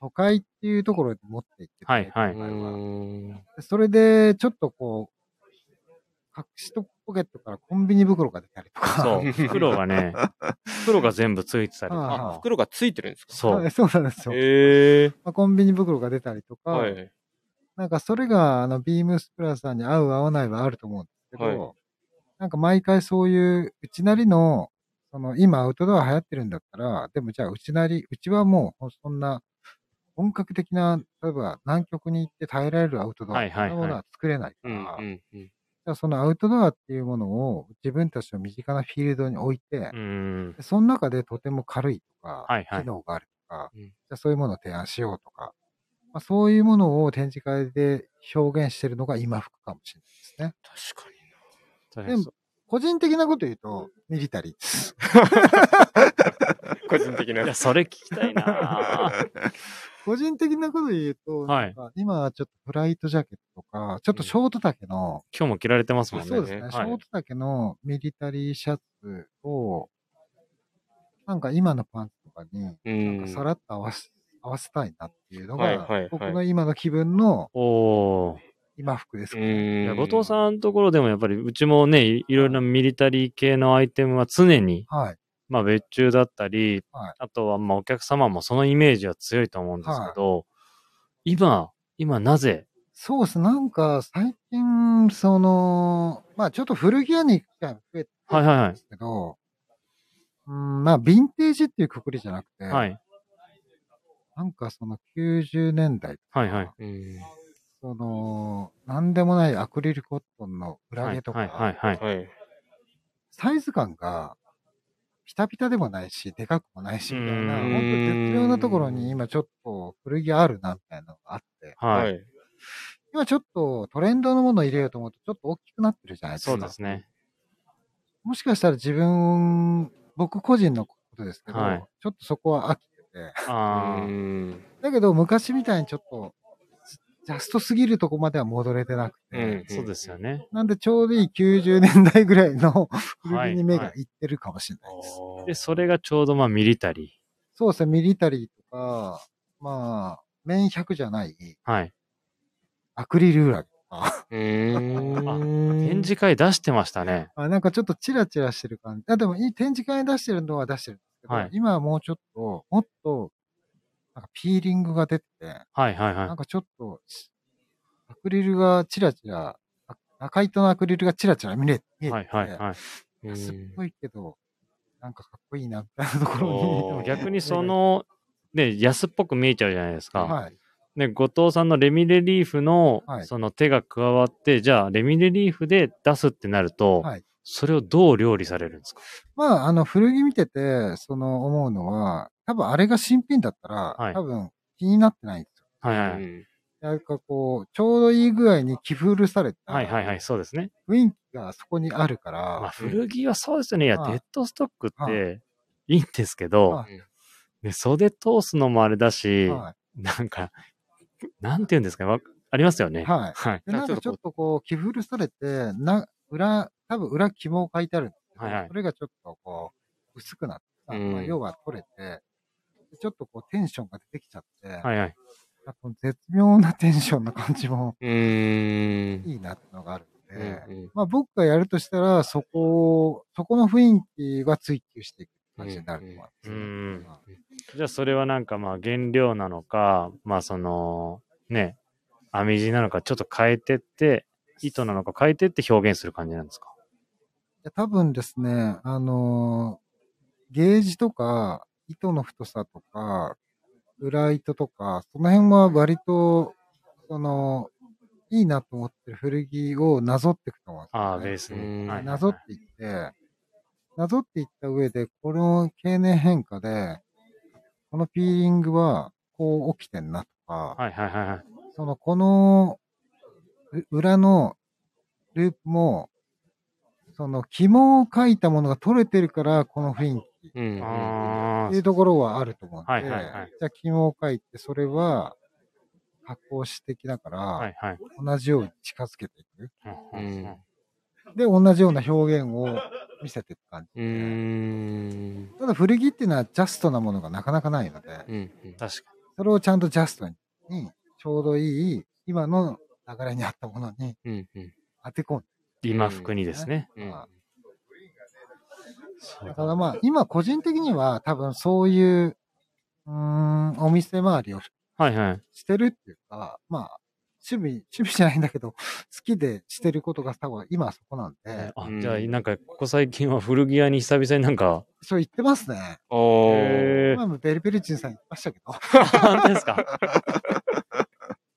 S3: 都会っていうところに持っていってく
S1: はい
S3: れて、
S1: はい。
S2: うーん。
S3: それで、ちょっとこう、隠しポケットからコンビニ袋が出たりとか。
S1: そう。袋がね、袋が全部ついてたりと
S3: あ
S1: か、。
S2: あ袋がついてるんですか
S1: そう。
S3: (laughs) そうなんですよ。
S2: へえ。
S3: まあ、コンビニ袋が出たりとか、
S2: はい。
S3: なんかそれが、あの、ビームスプラスさんに合う合わないはあると思うんですけど、
S2: は
S3: なんか毎回そういう、うちなりの、その、今アウトドア流行ってるんだったら、でもじゃあうちなり、うちはもう、そんな、本格的な、例えば南極に行って耐えられるアウトドア、
S1: はいはいはい
S3: そんなものは作れないか
S2: う
S3: ら、
S2: んうんうん。
S3: じゃあそのアウトドアっていうものを自分たちの身近なフィールドに置いて、
S1: うーん。
S3: でその中でとても軽いとか、
S1: はいはい
S3: 機能があるとか、
S2: うん
S3: じゃあそういうものを提案しようとか、まあ、そういうものを展示会で表現してるのが今服かもしれないですね。
S2: 確かにな。
S1: とりあ
S3: で
S1: えず
S3: も、個人的なこと言うと、ミリタリーです。 (laughs)
S2: 個人的ない
S1: や、。それ聞きたいなぁ
S3: 個人的なこと言うと、
S1: はい
S3: なんか今ちょっとフライトジャケットとか、ちょっとショート丈の、
S1: 今日も着られてますもんね。
S3: そうですね、
S1: はい
S3: ショート丈のミリタリーシャツを、なんか今のパンツとかに、
S2: うん。
S3: さらっと合わせ、合わせたいなっていうのが、
S2: はいはいはい
S3: 僕の今の気分の
S1: おー。
S3: 今服です
S2: う
S3: か、
S1: いや
S2: ん。
S1: 後藤さんのところでもやっぱりうちもね、いいろいろなミリタリー系のアイテムは常に、
S3: はい。
S1: まあ別注だったり、
S3: はい
S1: あとはまあお客様もそのイメージは強いと思うんですけど、今、今なぜ、
S3: そうです。なんか、最近、その、まあ、ちょっと古着屋に行く機会が増えて
S1: はいはいは
S3: ですけど、うん、まあ、ヴィンテージっていうくくりじゃなくて、
S1: い、はい、
S3: なんかその90年代、
S1: はいはい。
S2: うん。
S3: その、なんでもないアクリルコットンの裏毛とか、
S1: はいはいはいはい。
S2: はい。
S3: サイズ感が、ピタピタでもないし、でかくもないし、みたいな、
S1: う
S3: 本
S1: ん
S3: 当絶妙なところに今ちょっと古着あるな、みたいなのがあって、
S1: はい。
S2: い。
S3: 今ちょっとトレンドのものを入れようと思うと、ちょっと大きくなってるじゃないですか。
S1: そうですね。
S3: もしかしたら自分、僕個人のことですけど、
S1: はい
S3: ちょっとそこは飽きてて、
S1: あー
S2: うん。
S3: だけど昔みたいにちょっと、ジャストすぎるとこまでは戻れてなくて、
S2: うん
S1: そうですよね。
S3: なんでちょうどいい90年代ぐらいの古着に目
S1: は
S3: が
S1: い
S3: いってるかもしれないです。
S1: で、それがちょうどまあミリタリ
S3: そうですね、ミリタリーとか、まあ、綿100じゃない
S1: ー。はい。
S3: アクリル裏とか、
S2: うーん。
S1: 展示会出してましたね。
S3: あなんかちょっとチラチラしてる感じ。あでもいい展示会に出してるのは出してるんですけど、
S1: はい
S3: 今はもうちょっと、もっと、なんかピーリングが出てて、
S1: はいはい
S3: なん
S1: は
S3: かちょっと、アクリルがチラチラ、あ赤糸のアクリルがチラチラ見れ見
S1: い。
S3: えて、
S1: はいはいはい。
S2: うん
S3: すっごいけど、なんかかっこいいな、みたいなところ
S2: おー
S3: に。
S1: 逆にそ、の、ね、安っぽく見えちゃうじゃないですか。
S3: はい。
S1: ね、後藤さんのレミレリーフの、
S3: はい
S1: その手が加わって、じゃあ、レミレリーフで出すってなると、
S3: はい
S1: それをどう料理されるんですか
S3: まあ、あの、古着見てて、その思うのは、多分あれが新品だったら、
S1: はい
S3: 多分気になってないんです
S1: はいはい、
S2: うん
S3: よ。なんかこう、ちょうどいい具合に着古された、
S1: はいはいはい、そうですね。
S3: 雰囲気がそこにあるから、
S1: まあ、古着はそうですよね。いや、
S3: はい
S1: デッドストックっ
S3: は
S1: ていいんですけど、
S3: はい
S1: ね、袖通すのもあれだし、
S3: は
S1: なんか、なんて言うんですか、わありますよ
S3: い。
S1: ね。
S3: はい。
S1: はい。
S3: で、なんかちょっとこう、着古されて、な、裏、多分裏肝を書いてあるんですけど、
S1: はいはい
S3: それがちょっとこう、薄くなってさ、
S2: うん
S3: まあ、要は取れて、でちょっとこう、テンションが出てきちゃって、
S1: はいはい。
S3: あと絶妙なテンションの感じも
S2: うーん。
S3: いいなってのがあるんで、
S2: うん
S3: まあ僕がやるとしたら、そこを、そこの雰囲気は追求していく感じになると思いま
S1: う
S3: す。
S1: んうん
S3: まあ
S1: じゃあ、それはなんかまあ、原料なのか、まあ、その、ね、編み地なのか、ちょっと変えてって、糸なのか変えてって表現する感じなんですか
S3: いや多分ですね、あのーゲージとか、糸の太さとか、裏糸とか、その辺は割と、その、いいなと思ってる古着をなぞっていくと思うんですよ
S1: ああ、
S3: ね
S1: ベース
S2: う
S1: に。
S2: ん
S1: はいはいはい
S3: なぞっていって、なぞっていった上で、この経年変化で、このピーリングはこう起きてんなとか、
S1: はいはいはいはい。
S3: その、この、う裏のループも、その、肝を書いたものが取れてるから、この雰囲気っ
S2: うん。
S1: あ
S3: ていう
S1: ー
S3: ところはあると思うんで、
S1: はいはいはい
S3: じゃあ肝を書いて、それは、加工し的だから、
S1: はいはい。
S3: 同じように近づけていく。
S1: うんうんうん
S2: うん
S3: で、同じような表現を見せていく感
S2: うー
S3: じ。
S2: ん。
S3: ただ古着っていうのはジャストなものがなかなかないので、
S2: うん。
S1: 確か
S3: それをちゃんとジャストに、ちょうどいい、今の流れにあったものに
S2: うんうん。
S3: 当て込ん
S1: 今服にですね。
S2: うん
S3: ま
S1: そう
S3: で。
S1: だ
S3: ただまあ、今個人的には多分そういう、うーん、お店周りを
S1: はいはい。
S3: してるっていうか、まあ、趣味、趣味じゃないんだけど、好きでしてることが多分今はそこなんで、
S1: あ
S2: う、ん
S1: じゃあ、なんか、ここ最近は古着屋に久々になんか、
S3: そう言ってますね。
S2: おー。
S1: へー
S3: 今もベルベルチンさん言ってましたけど、
S1: 本当ですか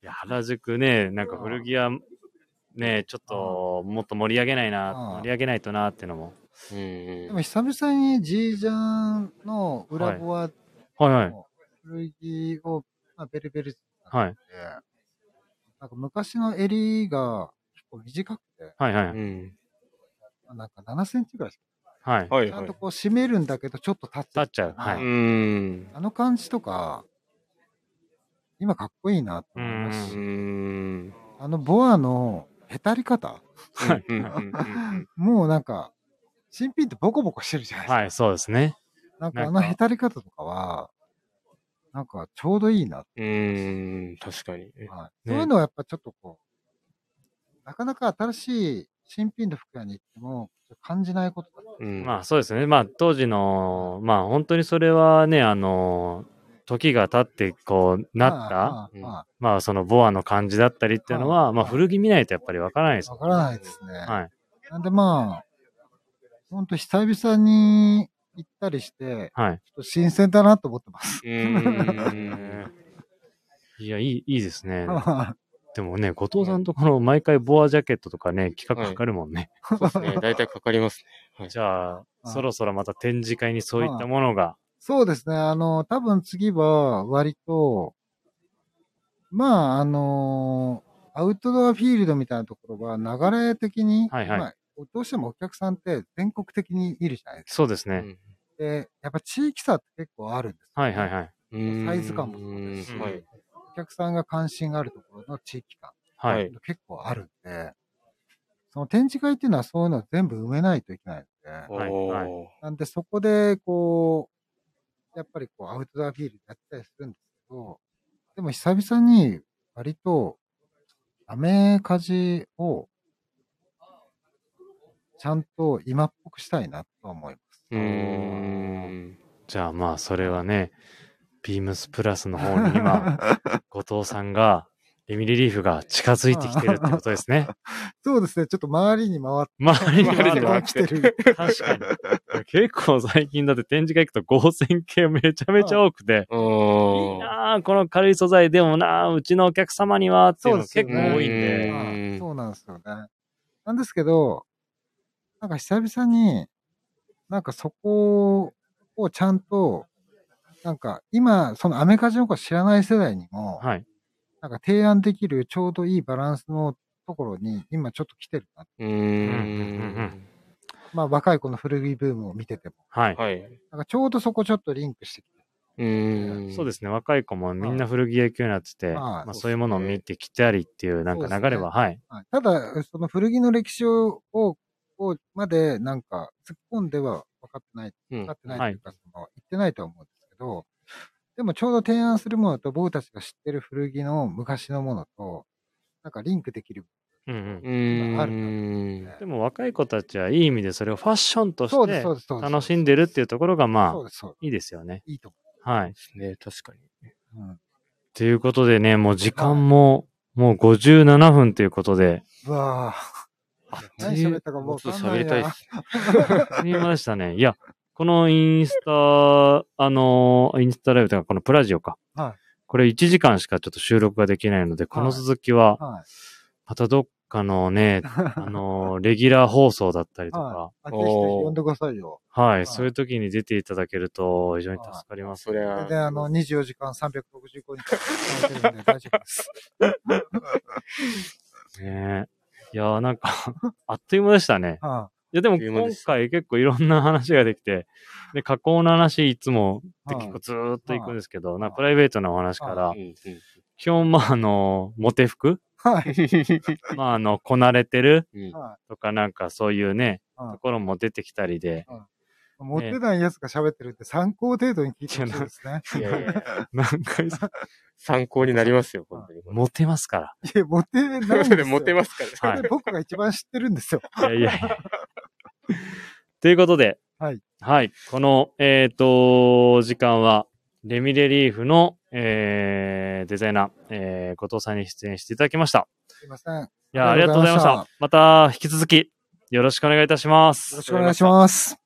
S1: (laughs) いや、原宿ね、なんか古着屋、ね、ちょっと、もっと盛り上げないな、
S3: うん
S1: 盛り上げないとなってのも。
S2: うん
S3: で
S2: う
S3: も
S2: ん。
S3: 久々にジージャンの裏ボ
S1: は
S3: ア
S1: いはい。
S3: の古着を、まあ、ベルベルチンさん
S1: はい。
S3: で、なんか昔の襟が結構短くて、
S1: はいは
S2: う
S1: い。
S2: ん。
S3: なんか7センチぐらいしか、
S1: はい。
S2: は
S3: ち
S2: い
S3: ゃ
S2: は
S3: ん
S2: い
S3: と。こう締めるんだけどちょっと立っ
S1: 立っちゃう。は
S2: う
S1: い。
S2: ん。
S3: あの感じとか、今かっこいいなと思います
S2: う
S3: し、
S2: ん。
S3: あのボアのへたり方、
S1: はい
S2: うんうんうん
S3: もうなんか、新品ってボコボコしてるじゃないですか。
S1: はい、そうですね。
S3: なんか
S1: な
S3: あ
S1: んか
S3: のへたり方とかは、なんかちょうどいいな。
S2: うん。うん。確かに。
S3: は
S1: ね
S3: いそういうのはやっぱちょっとこう、なかなか新しい新品の服屋に行っても感じないことだった
S2: うん。
S1: まあそうですね。まあ当時の、まあ本当にそれはね、あの、時が経ってこうなった、
S3: まあまあ
S1: まあそのボアの感じだったりっていうのは、まあ古着見ないとやっぱりわからないです
S3: わ。からないですね。
S1: はい。
S3: なんでまあ、ほんと久々に行ったりして、
S1: はい。
S3: ちょっと新鮮だなと思ってます。
S2: うん。
S1: いや、いい、いいですね。
S3: は
S1: でもね、後藤さんとこの毎回ボアジャケットとかね、企画かかるもんね。
S2: そうですね。大体かかりますね。はい
S1: じゃあ、
S3: うん
S1: そろそろまた展示会にそういったものが。
S3: い (laughs) そうですね。あの、多分次は割と、まあ、あのアウトドアフィールドみたいなところは流れ的に、
S1: はいはい
S3: まあどうしてもお客さんって全国的にいるじゃないですか。
S1: そうです
S2: う
S1: ね。
S2: ん
S3: で、やっぱ地域差って結構あるんですよ
S1: はいはいはい。
S2: うん
S3: サイズ感もそうです
S1: し
S2: はい。
S3: お客さんが関心があるところの地域感。
S1: は
S2: はいい。
S3: 結構あるんで、その展示会っていうのはそういうのを全部埋めないといけないので、
S1: はいはい
S2: おー
S3: なんでそこで、こう、やっぱりこうアウトドアフィールドやったりするんですけど、でも久々に割と、アメカジを、ちゃんと今っぽくしたいなと思います。
S2: うん。
S1: じゃあまあ、それはね、ビームスプラスの方に
S2: (laughs)
S1: 今、後藤さんが、レミリリーフが近づいてきてるってことです
S2: (laughs)
S1: ね。
S3: (laughs) そうですね、ちょっと周りに回っ
S1: 周りに
S2: 周
S1: あ
S2: り
S1: る
S2: に
S1: の
S2: 回
S1: は
S2: っ
S3: 回
S2: て
S3: 来てる。
S1: 確かに。結構最近だって展示会行くと合成系めちゃめちゃ多くて、いい
S2: おー
S1: なあこの軽い素材でもなあうちのお客様にはっていうの結構多いん
S2: そうですよ
S1: で
S2: ね。
S3: うんそうなんですよね。なんですけど、なんか久々に、なんかそこをちゃんと、なんか今、そのアメカジの子知らない世代にも、
S1: はい。
S3: なんか提案できるちょうどいいバランスのところに今ちょっと来てるな。
S2: う
S1: うん
S2: ん。
S3: まあ若い子の古着ブームを見てても、
S1: はい。
S2: はい。
S3: なんかちょうどそこちょっとリンクしてきて、
S2: うん。
S1: そうですね、若い子もみんな古着影響になってて、
S3: い
S1: まあ、
S2: そうですね
S1: そういうものを見てきたりっていう、なんか流れは、はい。
S3: はいただ、その古着の歴史を、をまでなんか突っ込んでは分かってない
S2: うん
S3: 分かってないというか、その言ってないとは思うんですけど、でもちょうど提案するものと僕たちが知ってる古着の昔のものと、なんかリンクできる。
S1: うんうん
S2: うん。
S3: ある
S1: でも若い子たちはいい意味でそれをファッションと
S3: そ
S1: し
S3: うです、
S1: て
S3: そうです、そうです。
S1: 楽しんでるっていうところがま
S3: そう
S1: あ
S3: です、そうで
S1: いいですよね。
S3: す。いいと
S1: はい。
S2: ね、確かに。
S3: 思う。うん
S1: ということでね、もう時間ももう57分ということで、
S3: うわぁ。何喋ったかも
S2: も
S3: う
S2: う
S3: 分
S2: ち
S3: か
S2: ょっと
S3: んな
S2: 喋り
S3: いな
S2: たいっす。
S1: 見ました
S3: (laughs)
S1: ね。いや、このインスタ、あのーインスタライブというか、このプラジオか。
S3: はい
S1: これ1時間しかちょっと収録ができないので、この続きは、
S3: はい。
S1: またどっかのね、あのーレギュラー放送だったりとか、
S3: あ、ぜひぜひ呼んでくださいよ。
S1: はい、
S3: い
S1: そういう時に出ていただけると非常に助かります。
S2: そりゃ
S3: で、あの、24時間365日働いてるんで大丈夫です。
S1: ねいやーなんか、 (laughs) あっという間でしたね。
S3: はい
S1: やでも
S2: あっという間
S1: 今
S2: でした
S1: 回結構いろんな話ができて、で、加工の話いつもで
S3: はい
S1: 結構ずーっと行くんですけど、なん
S3: は
S1: か
S3: い
S1: プライベートなお話から
S2: う、んうん
S1: 基本まああの、モテ服
S3: い。はい。
S1: まああの、こなれてる
S2: うん
S3: は
S1: とかなんかそういうね、
S3: うん
S1: ところも出てきたりで
S3: うん、持ってないやつが喋ってるって参考程度に聞いてほしいですね。
S2: いやいやいや
S1: 何回さ、
S2: 参考になりますよ、本当に。
S1: (laughs) モテますか
S3: いや、モテないん
S2: という
S3: で
S2: こ
S3: す
S2: と
S3: よ。
S2: (laughs) で、モテますから。
S3: それで僕が一番知ってるんですよ。
S1: ら。いやいやいや。ということで、
S3: はい。
S1: はい。この、えっ、と、時間は、レミレリーフの、えーデザイナー、えー、後藤さんに出演していただきました。
S3: すいません。よ
S1: いや、あ
S3: あ
S1: り
S3: り
S1: が
S3: が
S1: とう
S3: とう
S1: ござ
S3: ござ
S1: い
S3: い
S1: ま
S3: ま
S1: し
S3: した
S1: た。また、引き続き、よろしくお願いいたします
S3: ろ。しくお願いします。